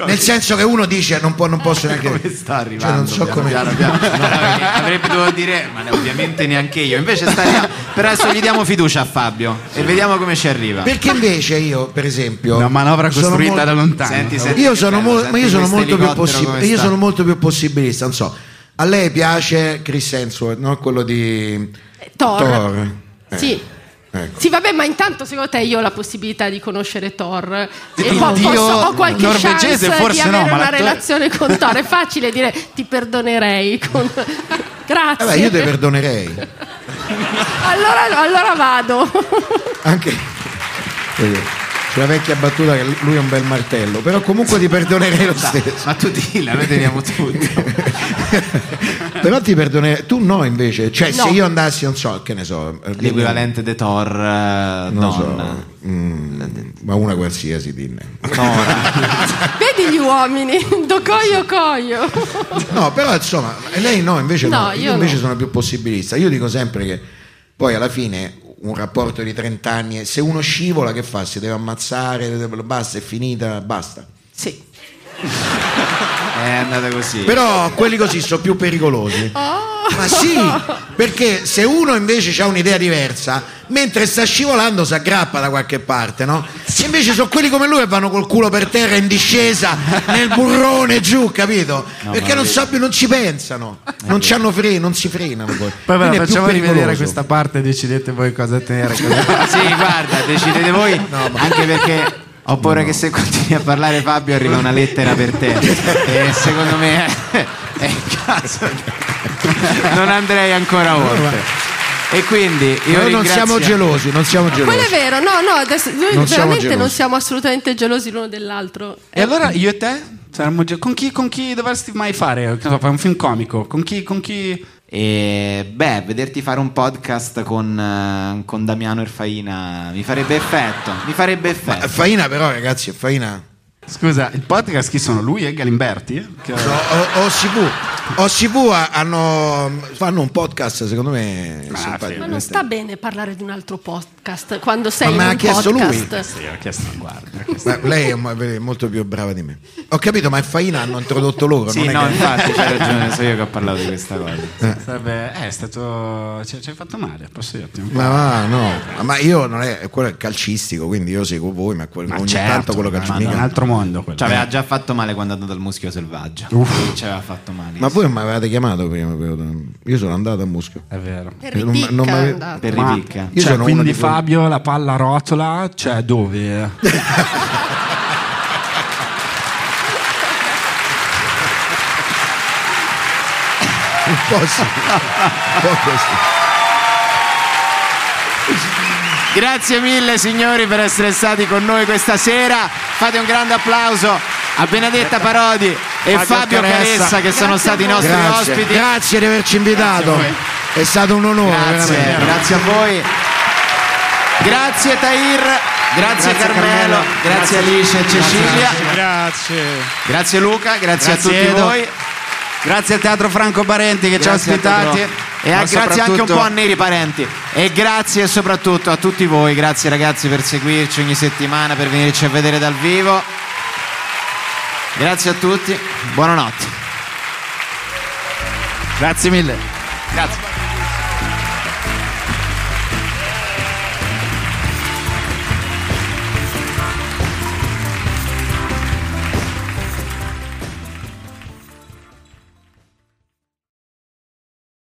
nel senso che uno dice non, può- non posso neanche come sta cioè, non so come Avrebbe dovuto dire, ma ne- ovviamente neanche io. Invece stariamo. Per adesso gli diamo fiducia a Fabio e vediamo come ci arriva. Perché invece io, per esempio, Ah. Una manovra sono costruita molto- da lontano. Senti, senti io che sono, bello, mo- senti ma io sono questo molto più elicottero possib- come io sta. sono molto più possibilista, non so. A lei piace Chris Hemsworth, no? Quello di Thor. Eh, Sì. ecco. Sì, vabbè, ma intanto secondo te io ho la possibilità di conoscere Thor e Il po- dio posso- ho qualche norvegese, chance forse di no, avere ma una l'attore- relazione con Thor. È facile dire ti perdonerei. con- Eh Grazie. beh, io te perdonerei. allora, allora vado. Anche eh, c'è la vecchia battuta che lui è un bel martello, però comunque ti perdonerei lo stesso. Ma tu dilla, noi teniamo tutto. [laughs] però ti perdonerei, tu no invece, cioè se No. io andassi, non so, che ne so, eh, L'equivalente di Thor eh, non so, donna. mm, ma una qualsiasi dinne. Vedi gli uomini, do coio coio. No, però insomma, lei no, invece no, No, io, io invece no. sono più possibilista. Io dico sempre che poi alla fine un rapporto di 30 anni, se uno scivola che fa? Si deve ammazzare, basta, è finita, basta. Sì. È andata così. Però quelli così sono più pericolosi. Oh. Ma Ah, sì, [laughs] perché se uno invece ha un'idea diversa, mentre sta scivolando si aggrappa da qualche parte, no? E invece sono quelli come lui che vanno col culo per terra in discesa, nel burrone giù, capito? No, perché ma non, vedi. sabbio- non ci pensano, Eh, non, c'hanno fre- non si frenano poi. Poi ve Quindi la è più facciamo rivedere pericoloso. questa parte, decidete voi cosa tenere. Cosa... sì, guarda, decidete [laughs] voi. Anche perché ho paura che se continui a parlare Fabio arriva una lettera per [laughs] te. e secondo me è, è il caso. Non andrei ancora oltre. E quindi io Noi non ringrazio- Ah, siamo gelosi, non siamo Quello è gelosi. vero, no, no, adesso noi Non siamo veramente non gelosi. siamo assolutamente gelosi l'uno dell'altro. [laughs] E allora io e te? Saremmo già- Con chi, con chi dovresti mai fare? Che ne so, fai un film comico? Con chi? Con chi? E beh, vederti fare un podcast con, eh, con Damiano Erfaina mi farebbe effetto. Mi farebbe effetto. Faina però, ragazzi, Faina. Scusa, il podcast chi sono? Lui e eh? Galimberti? Che... O- OCV. OCV ha- hanno, fanno un podcast, secondo Ah, me. simpatico. Ma non sta bene parlare di un altro podcast quando sei Ma me in l'ha un chiesto podcast. lui. chiesto, guarda. Ma lei è mo- è molto più brava di me. Ho capito, ma in Faina hanno introdotto loro. Sì, non è no, che- infatti, c'hai ragione, so io che ho parlato di [laughs] questa cosa. Sarebbe- eh, è stato. Ci ci hai fatto male, posso dirti? Ma va, no, ma io non è quello è calcistico, quindi io seguo voi, ma, quel- ogni certo, tanto quello Cioè, ma calcistico. no, un altro mondo Ci Cioè, aveva già fatto male quando è andato al muschio selvaggio. Ci aveva fatto male. Ma voi non mi avevate chiamato prima, però. io sono andato a Muschio. È vero. Per ripicca mi è ave- andato. Per ripicca. Io Cioè, sono uno quindi di quelli- Fabio, la palla rotola, cioè dove? un po' sì, [laughs] un po' così. Grazie mille signori per essere stati con noi questa sera. Fate un grande applauso a Benedetta Parodi e Fabio, Caressa, che sono [laughs] stati i nostri Grazie. ospiti. Grazie di averci invitato. Grazie a voi. È stato un onore. Grazie, veramente. grazie a voi. Grazie Tahir, grazie, Grazie Carmelo, Carmelo, grazie- grazie Alice e grazie Cecilia. Alice. Grazie. [laughs] Grazie Luca, grazie, Grazie a tutti Edo. voi. Grazie al Teatro Franco Parenti che ci ha Grazie a ospitati Teatro. e Ma a- grazie anche un soprattutto- po' a Neri Parenti. E grazie soprattutto a tutti voi, grazie ragazzi per seguirci ogni settimana, per venirci a vedere dal vivo. Grazie a tutti, buonanotte. Grazie mille. Grazie.